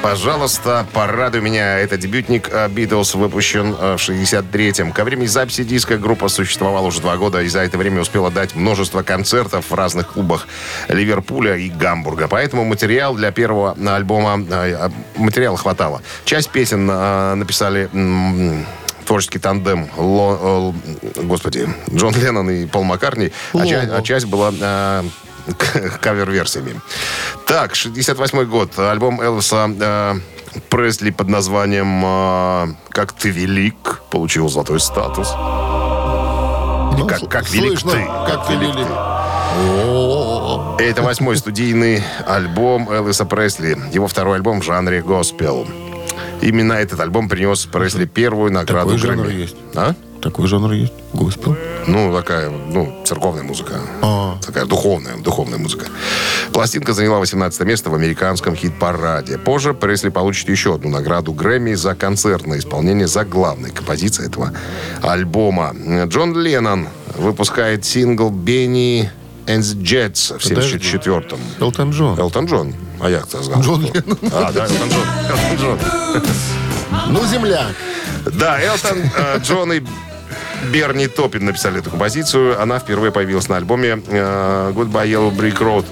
Speaker 5: Пожалуйста, порадуй меня. Это дебютник э, Beatles выпущен э, в 63-м. Ко времени записи диска группа существовала уже два года и за это время успела дать множество концертов в разных клубах Ливерпуля и Гамбурга. Поэтому материал для первого э, альбома, э, э, материала хватало. Часть песен э, написали м, творческий тандем Ло- э, господи, Джон Леннон и Пол Маккарни, а, ча- а часть была э, к- кавер-версиями. Так, 68 год. Альбом Элвиса э, Пресли под названием э, «Как ты велик» получил золотой статус.
Speaker 2: Ну,
Speaker 5: как-
Speaker 2: сл-
Speaker 5: как велик
Speaker 2: слышно,
Speaker 5: ты,
Speaker 2: Как ты велик. О,
Speaker 5: Это восьмой студийный альбом Элвиса Пресли. Его второй альбом в жанре госпел. Именно этот альбом принес Пресли первую награду
Speaker 2: Такой жанр
Speaker 5: Грэмми.
Speaker 2: есть.
Speaker 5: А?
Speaker 2: Такой жанр есть. Господи.
Speaker 5: Ну, такая, ну, церковная музыка.
Speaker 2: А.
Speaker 5: Такая духовная, духовная музыка. Пластинка заняла 18 место в американском хит-параде. Позже Пресли получит еще одну награду Грэмми за концертное исполнение за главной композиции этого альбома. Джон Леннон выпускает сингл «Бенни Энс Джетс» в 74-м.
Speaker 2: Элтон Джон.
Speaker 5: Элтон Джон. А я кто знал.
Speaker 2: Джон
Speaker 5: кто. А, да, Элтон Джон. Элтон Джон.
Speaker 2: Ну, земля.
Speaker 5: Да, Элтон э, Джон и Берни Топин написали эту композицию. Она впервые появилась на альбоме э, Goodbye Yellow Brick Road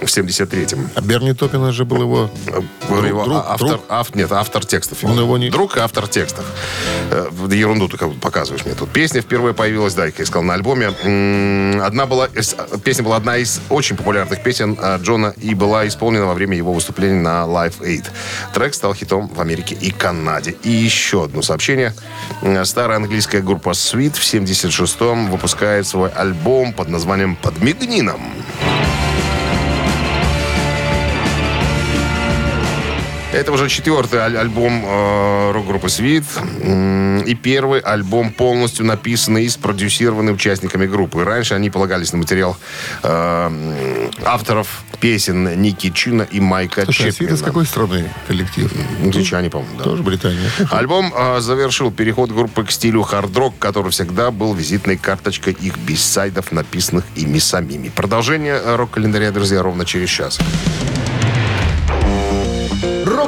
Speaker 5: в 73-м.
Speaker 2: А Берни Топина же был его...
Speaker 5: Э,
Speaker 2: Друг,
Speaker 5: его
Speaker 2: друг,
Speaker 5: автор,
Speaker 2: друг.
Speaker 5: ав- нет, автор текстов.
Speaker 2: Он его не-
Speaker 5: Друг и автор текстов. Э, да ерунду ты как будто показываешь мне тут. Песня впервые появилась, да, как я искал, на альбоме. М, Одна была, из- песня была одна из очень популярных песен э, Джона и была исполнена во время его выступления на Live Aid. Трек стал хитом в Америке и Канаде. И еще одно сообщение. Э, Старая английская группа Sweet в 76-м выпускает свой альбом под названием «Подмигни нам». Это уже четвертый аль- альбом э, рок-группы «Свит». М, И первый альбом, полностью написанный и спродюсированный участниками группы. Раньше они полагались на материал э, м, авторов песен Ники Чина и Майка
Speaker 2: Слушай, а Свит
Speaker 5: Чепмена.
Speaker 2: из какой страны коллектив?
Speaker 5: Англичане, по-моему, да.
Speaker 2: Тоже Британия.
Speaker 5: Альбом э, завершил переход группы к стилю хард-рок, который всегда был визитной карточкой их бисайдов, написанных ими самими. Продолжение э, рок-календаря, друзья, ровно через час.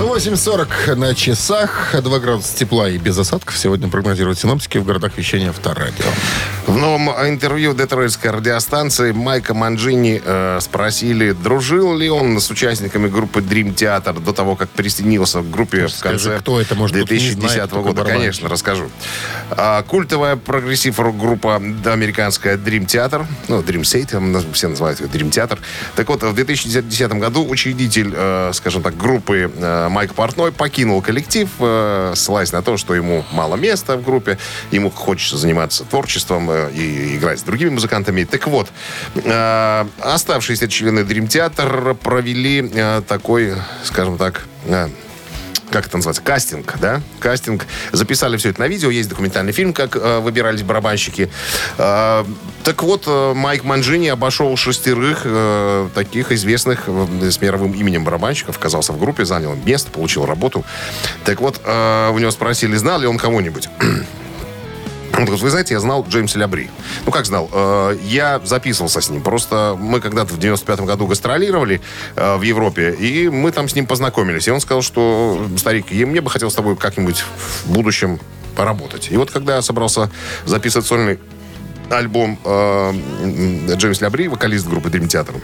Speaker 2: 8.40 на часах, 2 градуса тепла и без осадков. Сегодня прогнозируют синоптики в городах вещания авторадио.
Speaker 5: В новом интервью детройтской радиостанции Майка Манджини э, спросили, дружил ли он с участниками группы Dream Theater до того, как присоединился к группе в
Speaker 2: скажи,
Speaker 5: конце
Speaker 2: кто это, может быть, не знает,
Speaker 5: 2010
Speaker 2: такой
Speaker 5: года.
Speaker 2: барабанщик.
Speaker 5: Конечно, расскажу. А, культовая прогрессив рок-группа американская Dream Theater, ну, Dream Theater, м, все называют ее Dream Theater. Так вот, в 2010 году учредитель, э, скажем так, группы э, Майк Портной покинул коллектив, э, ссылаясь на то, что ему мало места в группе, ему хочется заниматься творчеством э, и играть с другими музыкантами. Так вот, э, оставшиеся члены Dream Theater провели э, такой, скажем так, э, как это называется, кастинг, да? Кастинг. Записали все это на видео. Есть документальный фильм, как э, выбирались барабанщики. Э, так вот, э, Майк Манджини обошел шестерых э, таких известных э, с мировым именем барабанщиков. Оказался в группе, занял место, получил работу. Так вот, э, у него спросили, знал ли он кого-нибудь. Он говорит, вы знаете, я знал Джеймса Лябри. Ну, как знал? Э, Я записывался с ним. Просто мы когда-то в 95 году гастролировали э, в Европе, и мы там с ним познакомились. И он сказал, что, старик, и мне бы хотел с тобой как-нибудь в будущем поработать. И вот когда я собрался записывать сольный альбом э, м, Джеймс Лябри, вокалист группы Дрим Театр,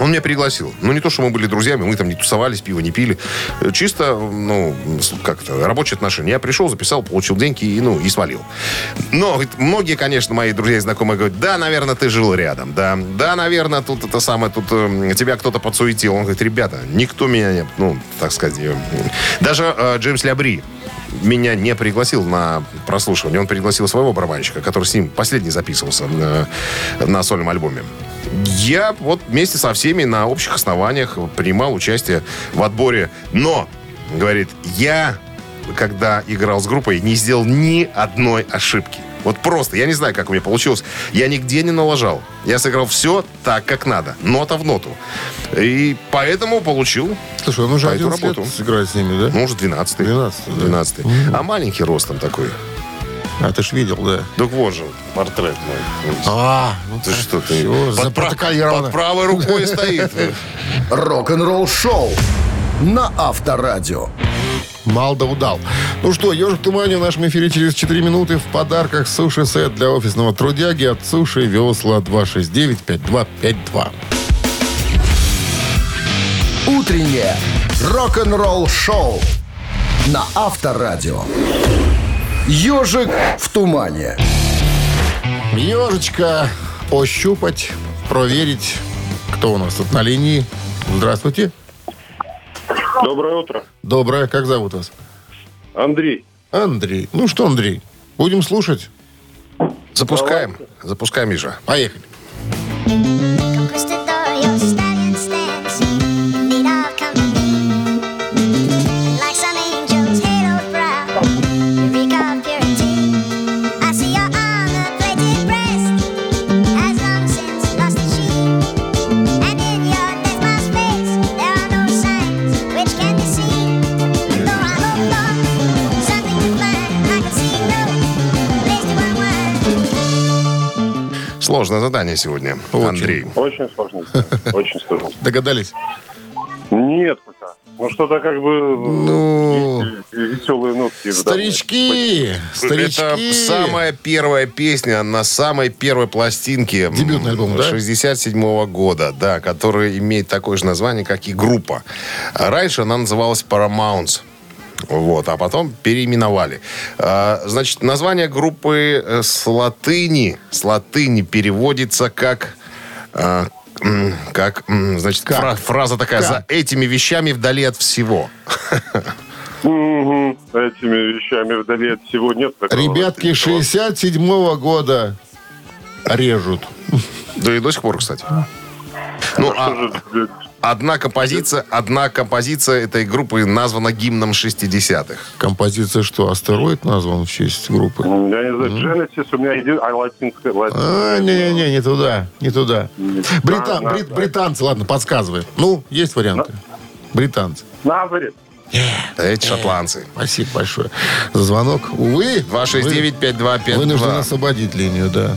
Speaker 5: он меня пригласил. Ну, не то, что мы были друзьями, мы там не тусовались, пиво не пили. Э, Чисто, ну, с- как-то, рабочие отношения. Я пришел, записал, получил деньги и, ну, и свалил. Но говорит, многие, конечно, мои друзья и знакомые говорят, да, наверное, ты жил рядом, да, да, наверное, тут это самое, тут э, тебя кто-то подсуетил. Он говорит, ребята, никто меня, не, ну, так сказать, э, даже э, Джеймс Лябри, меня не пригласил на прослушивание. Он пригласил своего барабанщика, который с ним последний записывался на, на сольном альбоме. Я вот вместе со всеми на общих основаниях принимал участие в отборе. Но, говорит, я, когда играл с группой, не сделал ни одной ошибки. Вот просто, я не знаю, как у меня получилось. Я нигде не налажал. Я сыграл все так, как надо. Нота в ноту. И поэтому получил
Speaker 2: Слушай, он уже
Speaker 5: Пойду
Speaker 2: 11 лет
Speaker 5: работу.
Speaker 2: играет с ними, да?
Speaker 5: ну, уже 12-й.
Speaker 2: 12-й, да.
Speaker 5: 12-й. А маленький ростом такой.
Speaker 2: А ты ж видел, да.
Speaker 5: Так вот же, портрет мой.
Speaker 2: А, ну
Speaker 5: Ты что ты?
Speaker 2: Все,
Speaker 5: Под, пра-
Speaker 2: запротоколировано.
Speaker 5: под правой рукой стоит.
Speaker 1: Рок-н-ролл шоу на Авторадио.
Speaker 2: Мал да удал. Ну что, «Ежик в тумане» в нашем эфире через 4 минуты. В подарках суши-сет для офисного трудяги от суши «Весла» 269-5252.
Speaker 1: Утреннее рок-н-ролл шоу на Авторадио. Ежик в тумане.
Speaker 2: Ежечка ощупать, проверить, кто у нас тут на линии. Здравствуйте.
Speaker 10: Доброе утро.
Speaker 2: Доброе. Как зовут вас?
Speaker 10: Андрей,
Speaker 2: Андрей. Ну что, Андрей, будем слушать?
Speaker 5: Запускаем. Запускаем, Миша.
Speaker 2: Поехали.
Speaker 5: Сложное задание сегодня,
Speaker 2: Очень.
Speaker 5: Андрей.
Speaker 10: очень сложно. Очень сложно.
Speaker 2: Догадались?
Speaker 10: Нет пока. Ну, что-то как бы
Speaker 2: Ну,
Speaker 10: веселые нотки.
Speaker 2: старички, старички.
Speaker 5: Это самая первая песня на самой первой пластинке м,
Speaker 2: Дебютный альбом, да?
Speaker 5: 67 года, да, которая имеет такое же название, как и группа. А Раньше она называлась Paramount. Вот, а потом переименовали. А, Значит, название группы э, с латыни, с латыни переводится как а, м, как, м, значит, фра- фраза такая, за этими вещами вдали от всего.
Speaker 10: Угу. Этими вещами вдали от всего нет. такого.
Speaker 2: Ребятки
Speaker 10: Ничего.
Speaker 2: 67-го года режут.
Speaker 5: Да и до сих пор, кстати. Ну, а-
Speaker 10: Тоже, блядь,
Speaker 5: Одна композиция, одна композиция этой группы названа гимном 60-х.
Speaker 2: Композиция что, астероид назван в честь группы?
Speaker 10: Я не знаю, Genesis у меня един... А, латинская,
Speaker 2: А, не-не-не, не туда, не туда. Брита-
Speaker 10: Да,
Speaker 2: брит-
Speaker 10: да.
Speaker 2: британцы, ладно, подсказываем. Ну, есть варианты. Британцы.
Speaker 10: Назарет.
Speaker 5: Эти Э, шотландцы.
Speaker 2: Спасибо большое за звонок. Увы, Э, вы
Speaker 5: 269-5252.
Speaker 2: вынуждены освободить линию, да.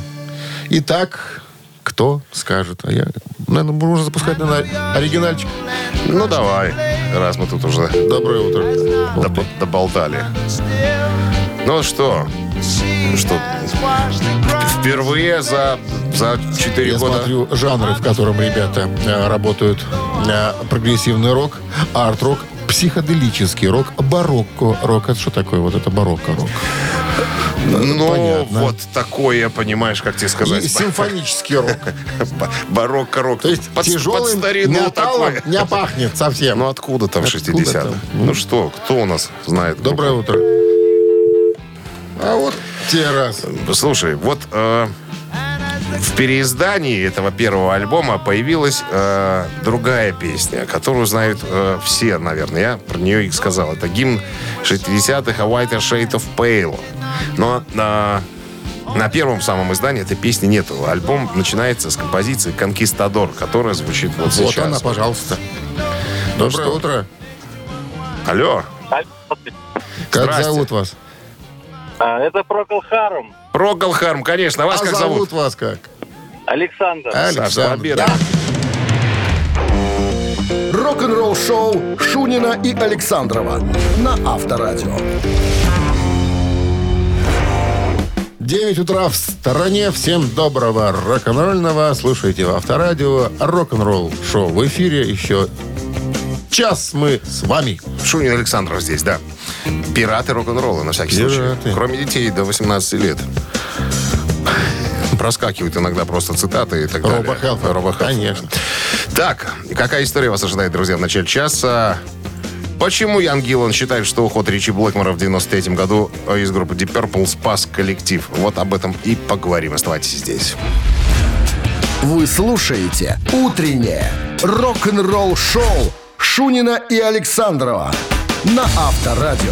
Speaker 2: Итак, кто скажет? А я, наверное, можно запускать, наверное, оригинальчик.
Speaker 5: Ну давай, раз мы тут уже
Speaker 2: Доброе утро.
Speaker 5: доб- доболтали. Ну что, что впервые за, за 4
Speaker 2: Я
Speaker 5: года...
Speaker 2: смотрю жанры, в котором ребята э, работают. Э, прогрессивный рок, арт-рок, психоделический рок, барокко-рок. Это что такое вот это барокко-рок?
Speaker 5: ну,
Speaker 2: понятно.
Speaker 5: вот такое, понимаешь, как тебе сказать.
Speaker 2: И симфонический рок.
Speaker 5: Б- Барокко-рок.
Speaker 2: То есть
Speaker 5: Под- под
Speaker 2: тяжелым
Speaker 5: старину
Speaker 2: металлом
Speaker 5: такое.
Speaker 2: не пахнет совсем.
Speaker 5: Ну откуда там
Speaker 2: Откуда
Speaker 5: 60-х?
Speaker 2: там?
Speaker 5: Ну что, кто у нас знает? группу?
Speaker 2: Доброе утро. А вот те раз.
Speaker 5: Слушай, вот э, в переиздании этого первого альбома появилась э, другая песня, которую знают э, все, наверное. Я про нее и сказал. Это гимн 60-х «A Whiter Shade of Pale». Но на, на первом самом издании этой песни нету. Альбом начинается с композиции «Конкистадор», которая звучит вот,
Speaker 2: Вот
Speaker 5: сейчас.
Speaker 2: она, пожалуйста.
Speaker 5: Ну
Speaker 2: Доброе
Speaker 5: что?
Speaker 2: утро.
Speaker 5: Алло,
Speaker 2: Как
Speaker 5: Здрасте.
Speaker 2: зовут вас?
Speaker 11: А, это Прокол Харум,
Speaker 5: Прокол Харм, конечно. А вас
Speaker 2: а
Speaker 5: как зовут?
Speaker 2: вас как?
Speaker 11: Александр.
Speaker 5: Саш, с
Speaker 2: Александр.
Speaker 5: победой.
Speaker 1: Рок-н-ролл-шоу Шунина и Александрова на Авторадио.
Speaker 2: 9 утра в стороне. Всем доброго рок-н-ролльного. Слушайте в Авторадио. Рок-н-ролл шоу в эфире еще час мы с вами.
Speaker 5: Шунин Александров здесь, да. Пираты рок-н-ролла, на всякий
Speaker 2: Пираты.
Speaker 5: случай. Кроме детей до 18 лет. Проскакивают иногда просто цитаты и так далее.
Speaker 2: Роба Хелфер.
Speaker 5: Роба Хелфер.
Speaker 2: Конечно.
Speaker 5: Так, какая история вас ожидает, друзья, в начале часа? Почему Ян Гиллан считает, что уход Ричи Блэкмора в 93 году из группы Deep Purple спас коллектив? Вот об этом и поговорим. Оставайтесь здесь.
Speaker 1: Вы слушаете «Утреннее рок-н-ролл-шоу» Шунина и Александрова на Авторадио.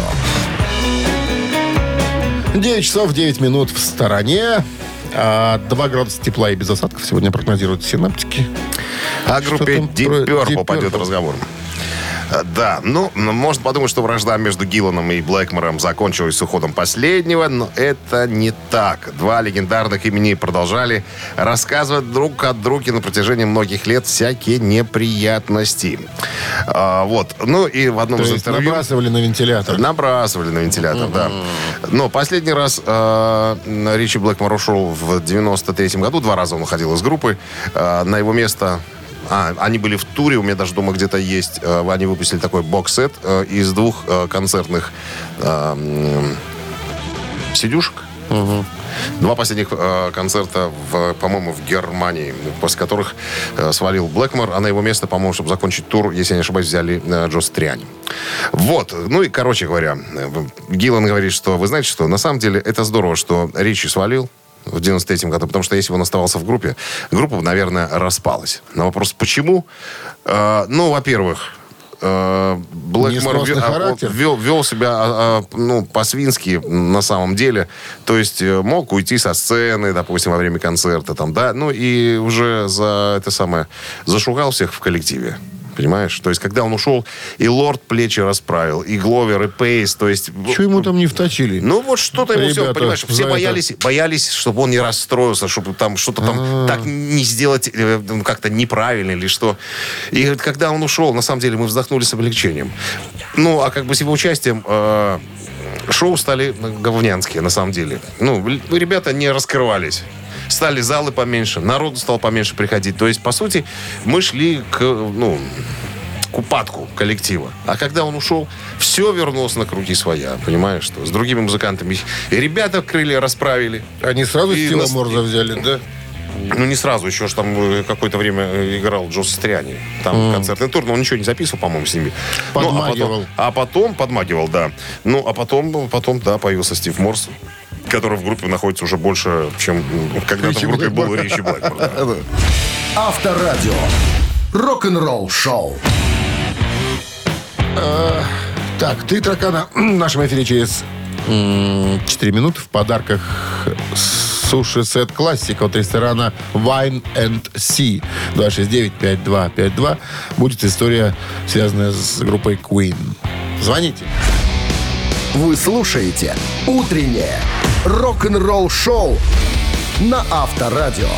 Speaker 2: 9 часов 9 минут в стороне. 2 градуса тепла и без осадков сегодня прогнозируют синаптики.
Speaker 5: О группе
Speaker 2: там про
Speaker 5: Deep Purple
Speaker 2: Deep
Speaker 5: пойдет
Speaker 2: Purple?
Speaker 5: разговор. А, Да, ну, ну, может подумать, что вражда между Гилланом и Блэкмором закончилась с уходом последнего, но это не так. Два легендарных имени продолжали рассказывать друг от друга на протяжении многих лет всякие неприятности. А, вот, ну и в одном
Speaker 2: То
Speaker 5: из
Speaker 2: есть
Speaker 5: интервью...
Speaker 2: набрасывали на вентилятор.
Speaker 5: Набрасывали на вентилятор, да. Но последний раз э, Ричи Блэкмор ушел в 93-м году. Два раза он уходил из группы. Э, на его место... а, они были в туре, у меня даже дома где-то есть. э, они выпустили такой бокс-сет э, из двух э, концертных э, м, сидюшек. Два последних э, концерта, в, по-моему, в Германии, после которых э, свалил Блэкмор, а на его место, по-моему, чтобы закончить тур, если я не ошибаюсь, взяли э, Джо Стриани. Вот, ну и, короче говоря, э, Гиллан говорит, что, вы знаете что, на самом деле это здорово, что Ричи свалил, в 93 году, потому что если бы он оставался в группе, группа, бы, наверное, распалась. На вопрос, почему? Э, ну, во-первых, э, Блэкмор
Speaker 2: Несносный
Speaker 5: ве- а,
Speaker 2: характер.
Speaker 5: вел, вел себя а, а, ну, по-свински на самом деле. То есть э, мог уйти со сцены, допустим, во время концерта, там, да, ну и уже за это самое зашугал всех в коллективе. Понимаешь? То есть, когда он ушел, и Лорд плечи расправил, и Гловер, и Пейс, то есть...
Speaker 2: Чего ему там не вточили?
Speaker 5: Ну вот что-то ему все,
Speaker 2: Ребята,
Speaker 5: понимаешь,
Speaker 2: за
Speaker 5: все
Speaker 2: это-
Speaker 5: боялись, боялись, чтобы он не расстроился, чтобы там что-то там
Speaker 2: А.
Speaker 5: так не сделать э, ну, как-то неправильно или что. И говорит, когда он ушел, на самом деле мы вздохнули с облегчением. Ну, а как бы с его участием э, шоу стали говнянские, на самом деле. Ну, л- ребята не раскрывались. Стали залы поменьше, народу стало поменьше приходить. То есть, по сути, мы шли к, ну, к упадку коллектива. А когда он ушел, все вернулось на круги своя. Понимаешь, что с другими музыкантами. И ребята крылья расправили.
Speaker 2: Они сразу
Speaker 5: И
Speaker 2: Стива
Speaker 5: нас-
Speaker 2: Морза взяли, да?
Speaker 5: Ну, не сразу, еще ж там э, какое-то время э, играл Джо Стряни. Там концертный тур, но он ничего не записывал, по-моему, с ними. Ну, а потом-
Speaker 2: Подмагивал.
Speaker 5: а потом подмагивал, да. Ну, а потом, потом, да, появился Стив Морс, который в группе находится уже больше, чем м, когда-то
Speaker 2: Ричи
Speaker 5: в группе был
Speaker 2: Блэкмор.
Speaker 5: Ричи Блэкмор. да.
Speaker 1: Авторадио. Рок-н-ролл-шоу.
Speaker 2: Э, Так, три таракана в нашем эфире через 4 минуты. В подарках суши-сет классика от ресторана Wine and Sea. 269-5252. Будет история, связанная с группой Queen. Звоните.
Speaker 1: Вы слушаете «Утреннее рок-н-ролл-шоу» на Авторадио.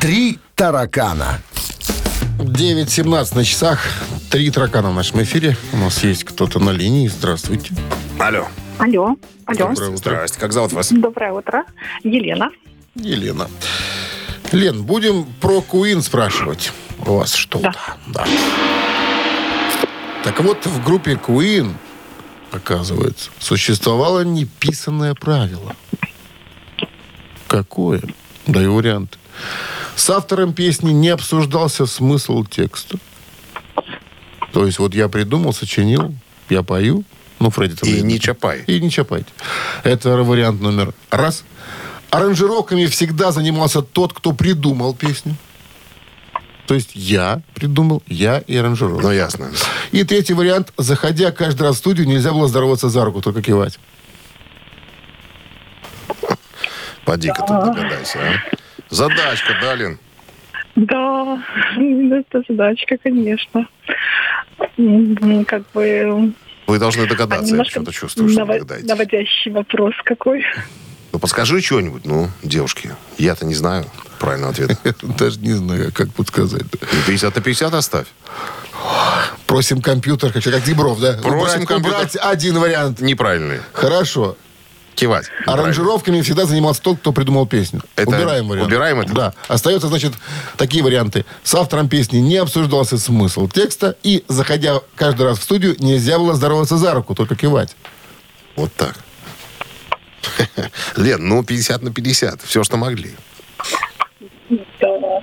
Speaker 1: Три таракана.
Speaker 2: 9.17 на часах. Три таракана в нашем эфире. У нас есть кто-то на линии. Здравствуйте.
Speaker 5: Алло.
Speaker 8: Алло, алло.
Speaker 2: Доброе утро.
Speaker 5: Здрасте. Как зовут вас?
Speaker 8: Доброе утро. Елена.
Speaker 2: Елена. Лен, будем про Queen спрашивать у вас что-то. Да. Так вот, в группе Queen, оказывается, существовало неписанное правило. Какое? Даю вариант. С автором песни не обсуждался смысл текста. То есть вот я придумал, сочинил, я пою. Ну, Фредди там...
Speaker 5: И
Speaker 2: видно.
Speaker 5: не чапай.
Speaker 2: И не чапайте. Это вариант номер раз. Аранжировками всегда занимался тот, кто придумал песню. То есть я придумал, я и аранжировал.
Speaker 5: Ну, ясно.
Speaker 2: И третий вариант. Заходя каждый раз в студию, нельзя было здороваться за руку, только кивать.
Speaker 5: Поди-ка ты догадайся, а. Задачка, Далин.
Speaker 8: Да, Ну, это задачка, конечно. М, Как бы
Speaker 5: Вы должны
Speaker 8: А
Speaker 5: догадаться, я
Speaker 8: немножко
Speaker 5: что-то чувствую, что
Speaker 8: наво-
Speaker 5: вы догадаетесь.
Speaker 8: наводящий вопрос какой.
Speaker 5: Ну, подскажи что-нибудь, ну, девушки. Я-то не знаю правильного ответа.
Speaker 2: Даже не знаю, как подсказать.
Speaker 5: Ну, 50 на 50 оставь.
Speaker 2: Просим компьютер, как, как Дебров, да?
Speaker 5: Просим
Speaker 2: убрать,
Speaker 5: компьютер.
Speaker 2: убрать один вариант.
Speaker 5: Неправильный.
Speaker 2: Хорошо.
Speaker 5: Кивать.
Speaker 2: Аранжировками всегда занимался тот, кто придумал песню.
Speaker 5: Это
Speaker 2: убираем вариант.
Speaker 5: убираем это?
Speaker 2: Да. Остается, значит, такие варианты. С автором песни не обсуждался смысл текста, и, заходя каждый раз в студию, нельзя было здороваться за руку, только кивать.
Speaker 5: Вот так. Лен, ну 50 на 50. Все, что могли.
Speaker 8: Да.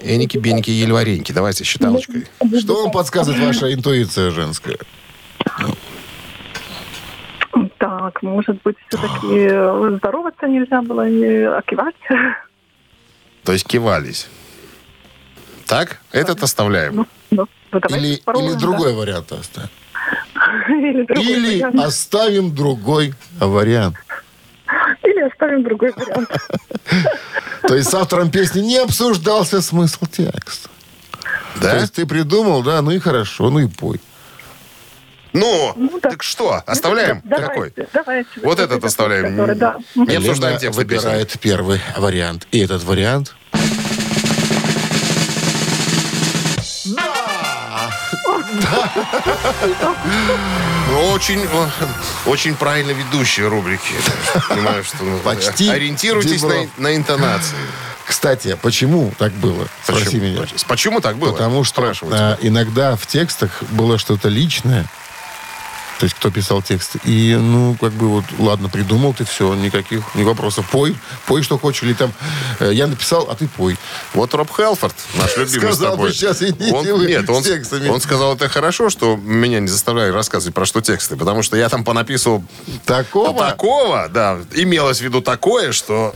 Speaker 5: Эники, беники, ель вареньки. Давайте считалочкой.
Speaker 2: Что вам подсказывает ваша интуиция женская?
Speaker 8: Так, может быть, все-таки здороваться нельзя было, и окивать.
Speaker 5: То есть кивались. Так? Этот оставляем.
Speaker 8: Ну, ну, давайте
Speaker 2: Или,
Speaker 8: попробуем,
Speaker 2: или
Speaker 8: да.
Speaker 2: другой вариант оставим?
Speaker 8: Или другой
Speaker 2: Или
Speaker 8: вариант.
Speaker 2: оставим другой вариант.
Speaker 8: Или оставим другой вариант.
Speaker 2: То есть с автором песни не обсуждался смысл текста. То
Speaker 5: Да?
Speaker 2: есть ты придумал, да, ну и хорошо, ну и пой.
Speaker 5: Ну,
Speaker 8: Ну, да.
Speaker 5: так что, оставляем? Какой?
Speaker 8: Давайте, давайте.
Speaker 5: Вот этот оставляем.
Speaker 8: который, да.
Speaker 5: Не
Speaker 2: Лена
Speaker 5: обсуждаем текст
Speaker 2: выбирает первый вариант. И этот вариант...
Speaker 5: Очень, э, очень правильно ведущие рубрики. Понимаю, что ну,
Speaker 2: Почти
Speaker 5: ориентируйтесь на,
Speaker 2: Дебров.
Speaker 5: на интонации.
Speaker 2: Кстати, почему так было? Спроси
Speaker 5: Почему-
Speaker 2: меня.
Speaker 5: Почему так было?
Speaker 2: Потому что
Speaker 5: Спрашиваю тебя.
Speaker 2: а, иногда в текстах было что-то личное. То есть кто писал текст. И, ну, как бы вот, ладно, придумал ты все, никаких ни вопросов. Пой, пой, что хочешь. Или там, э, я написал, а ты пой.
Speaker 5: Вот Роб Хелфорд, наш любимый
Speaker 2: Сказал
Speaker 5: с тобой.
Speaker 2: бы сейчас, идите
Speaker 5: он,
Speaker 2: вы
Speaker 5: нет,
Speaker 2: с
Speaker 5: он,
Speaker 2: текстами.
Speaker 5: он сказал, это хорошо, что меня не заставляли рассказывать про что тексты, потому что я там понаписывал
Speaker 2: Такого?
Speaker 5: такого, да, имелось в виду такое, что...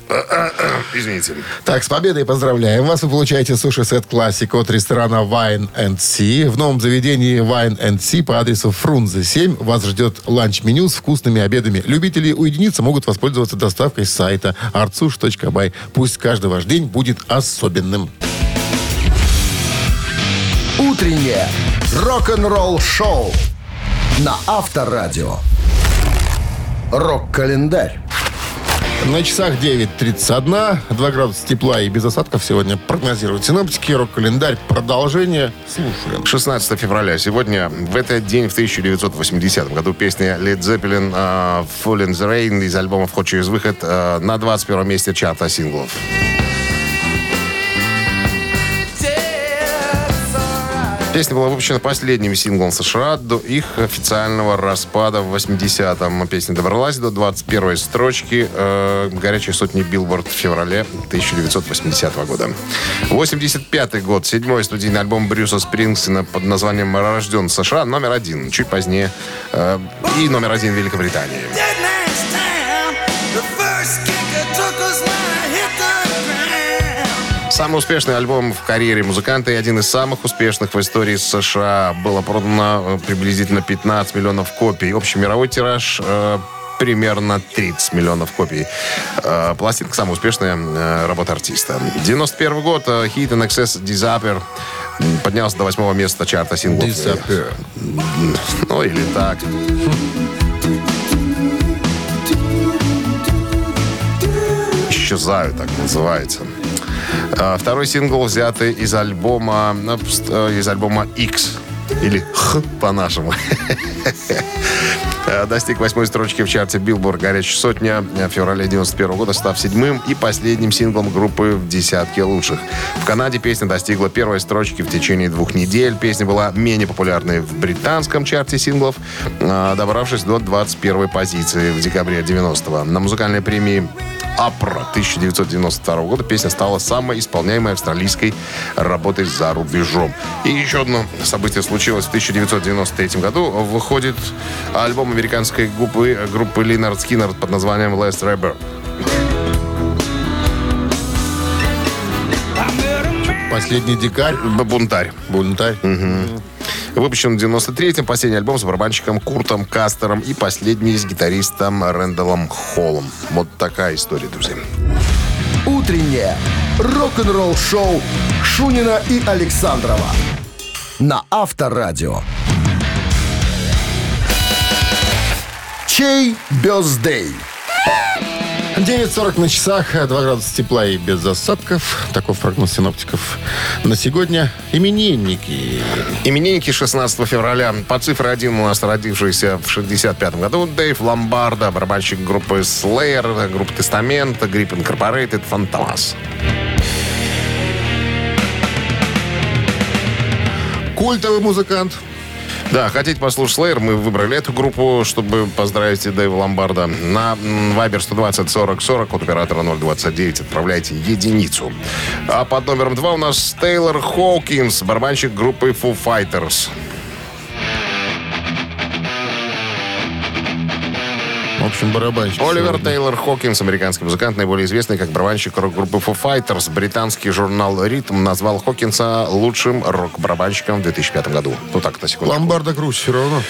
Speaker 5: Извините.
Speaker 2: Так, с победой поздравляем вас. Вы получаете суши-сет классик от ресторана Wine and Sea. В новом заведении Wine and Sea по адресу Фрунзе 7 вас ждет ланч-меню с вкусными обедами. Любители уединиться могут воспользоваться доставкой с сайта artsush.by. Пусть каждый ваш день будет особенным.
Speaker 1: Утреннее рок-н-ролл-шоу на Авторадио. Рок-календарь.
Speaker 2: На часах 9.31, 2 градуса тепла и без осадков сегодня прогнозируют синоптики. Рок-календарь. Продолжение. Слушаем.
Speaker 5: 16 февраля. Сегодня, в этот день, в 1980 году, песня Led Zeppelin а, «Fall in the Rain» из альбома «Вход через выход» а, на 21 месте чарта синглов. Песня была выпущена последним синглом США до их официального распада в 80-м. Песня добралась до 21-й строчки э, горячей сотни Билборд в феврале 1980 года. 85-й год. Седьмой студийный альбом Брюса Спрингсина под названием «Рожден в США» номер один. Чуть позднее. э, и номер один в Великобритании. Самый успешный альбом в карьере музыканта и один из самых успешных в истории США. Было продано э, приблизительно 15 миллионов копий. Общий мировой тираж э, примерно 30 миллионов копий. Э, пластинка самая успешная э, работа артиста. 91 год. э, Hit in Excess Disappear м, поднялся до восьмого места чарта синглов.
Speaker 2: Disappear.
Speaker 5: М, Ну или так. «Исчезаю» так называется. А, Второй сингл взятый из альбома ну, пст- э, из альбома X или Х по-нашему. Э, Достиг восьмой строчки в чарте Billboard «Горячая сотня» в феврале 91 года, став седьмым и последним синглом группы в десятке лучших. В Канаде песня достигла первой строчки в течение двух недель. Песня была менее популярной в британском чарте синглов, э, добравшись до 21 позиции в декабре 90-го. На музыкальной премии «Апра» 1992 года песня стала самой исполняемой австралийской работой за рубежом. И еще одно событие случилось в 1993 году. Выходит альбом американской группы, группы Линард Скиннер под названием «Last Rebel».
Speaker 2: Последний дикарь.
Speaker 5: Б- Бунтарь.
Speaker 2: Бунтарь.
Speaker 5: Выпущен в 93-м, последний альбом с барабанщиком Куртом Кастером и последний с гитаристом Рэндаллом Холлом. Вот такая история, друзья.
Speaker 1: Утреннее рок-н-ролл-шоу Шунина и Александрова на Авторадио. Чей бездей?
Speaker 2: 9.40 на часах, 2 градуса тепла и без осадков. Таков прогноз синоптиков на сегодня. Именинники.
Speaker 5: Именинники 16 февраля. По цифре 1 у нас родившийся в 65 году Дэйв Ломбардо, барабанщик группы Slayer, группы Тестамент, Grip Incorporated, Фантомас.
Speaker 2: Культовый музыкант.
Speaker 5: Да, хотите послушать Slayer, мы выбрали эту группу, чтобы поздравить Дэйва Ломбарда. На м, Viber 120 40 40 от оператора 029 отправляйте единицу. А под номером 2 у нас Тейлор Хоукинс, барабанщик группы Foo Fighters.
Speaker 2: В общем, барабанщик.
Speaker 5: Оливер
Speaker 2: сегодня.
Speaker 5: Тейлор Хокинс, американский музыкант, наиболее известный как барабанщик рок-группы Foo Fighters. Британский журнал «Ритм» назвал Хокинса лучшим рок-барабанщиком в 2005 году. Ну так, на секунду.
Speaker 2: Ломбарда круче все равно.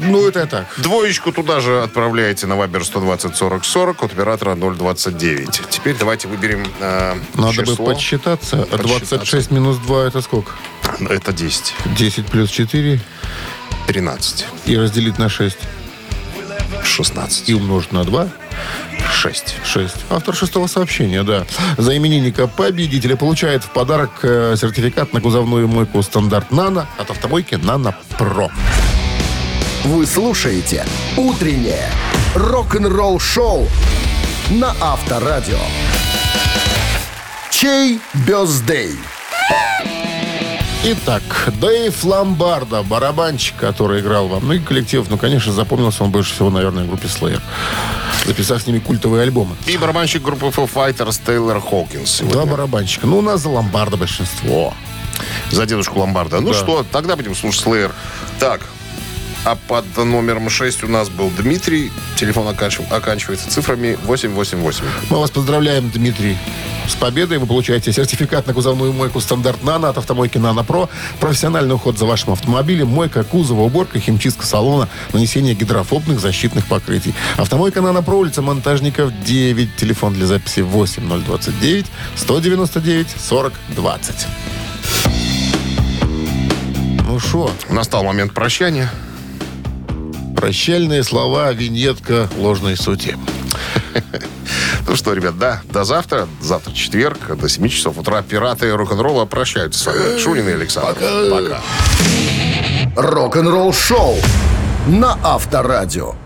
Speaker 2: Ну, это я так.
Speaker 5: Двоечку туда же отправляете на Вайбер 120 40 40 от оператора 029. Теперь давайте выберем э,
Speaker 2: Надо
Speaker 5: число.
Speaker 2: бы подсчитаться.
Speaker 5: Подсчитаться.
Speaker 2: 26 минус 2 это сколько?
Speaker 5: Э, Это 10.
Speaker 2: 10 плюс 4
Speaker 5: 13.
Speaker 2: и разделить на 6.
Speaker 5: 16.
Speaker 2: И умножить на 2.
Speaker 5: 6.
Speaker 2: 6. Автор шестого сообщения, да. За именинника победителя получает в подарок э, сертификат на кузовную мойку стандарт «Нано» от автомойки «Нано Про».
Speaker 1: Вы слушаете «Утреннее рок-н-ролл-шоу» на Авторадио. Чей бездей?
Speaker 2: Итак, Дэйв Ломбардо, барабанщик, который играл во многих коллективах, ну, конечно, запомнился он больше всего, наверное, в группе Slayer, записав с ними культовые альбомы.
Speaker 5: И барабанщик группы Foo Fighters Тейлор Хокинс.
Speaker 2: Два
Speaker 5: сегодня.
Speaker 2: барабанщика. Ну, у нас за Ломбардо большинство.
Speaker 5: За дедушку Ломбарда. Ну что, тогда будем слушать Слэйр. Так, а под номером 6 у нас был Дмитрий. Телефон оканчив- оканчивается цифрами 888.
Speaker 2: Мы вас поздравляем, Дмитрий. С победой вы получаете сертификат на кузовную мойку «Стандарт Нано» от автомойки «Нано Про», профессиональный уход за вашим автомобилем, мойка кузова, уборка, химчистка салона, нанесение гидрофобных защитных покрытий. Автомойка «Нано Про», улица Монтажников, 9, телефон для записи 8029 199 40 20. Ну что,
Speaker 5: Настал момент прощания.
Speaker 2: прощальные слова, виньетка ложной сути.
Speaker 5: Ну что, ребят, да, до завтра. Завтра четверг, до 7 часов утра. Пираты рок-н-ролла прощаются с вами. Шунин и Александр. Пока.
Speaker 1: Рок-н-ролл-шоу на Авторадио.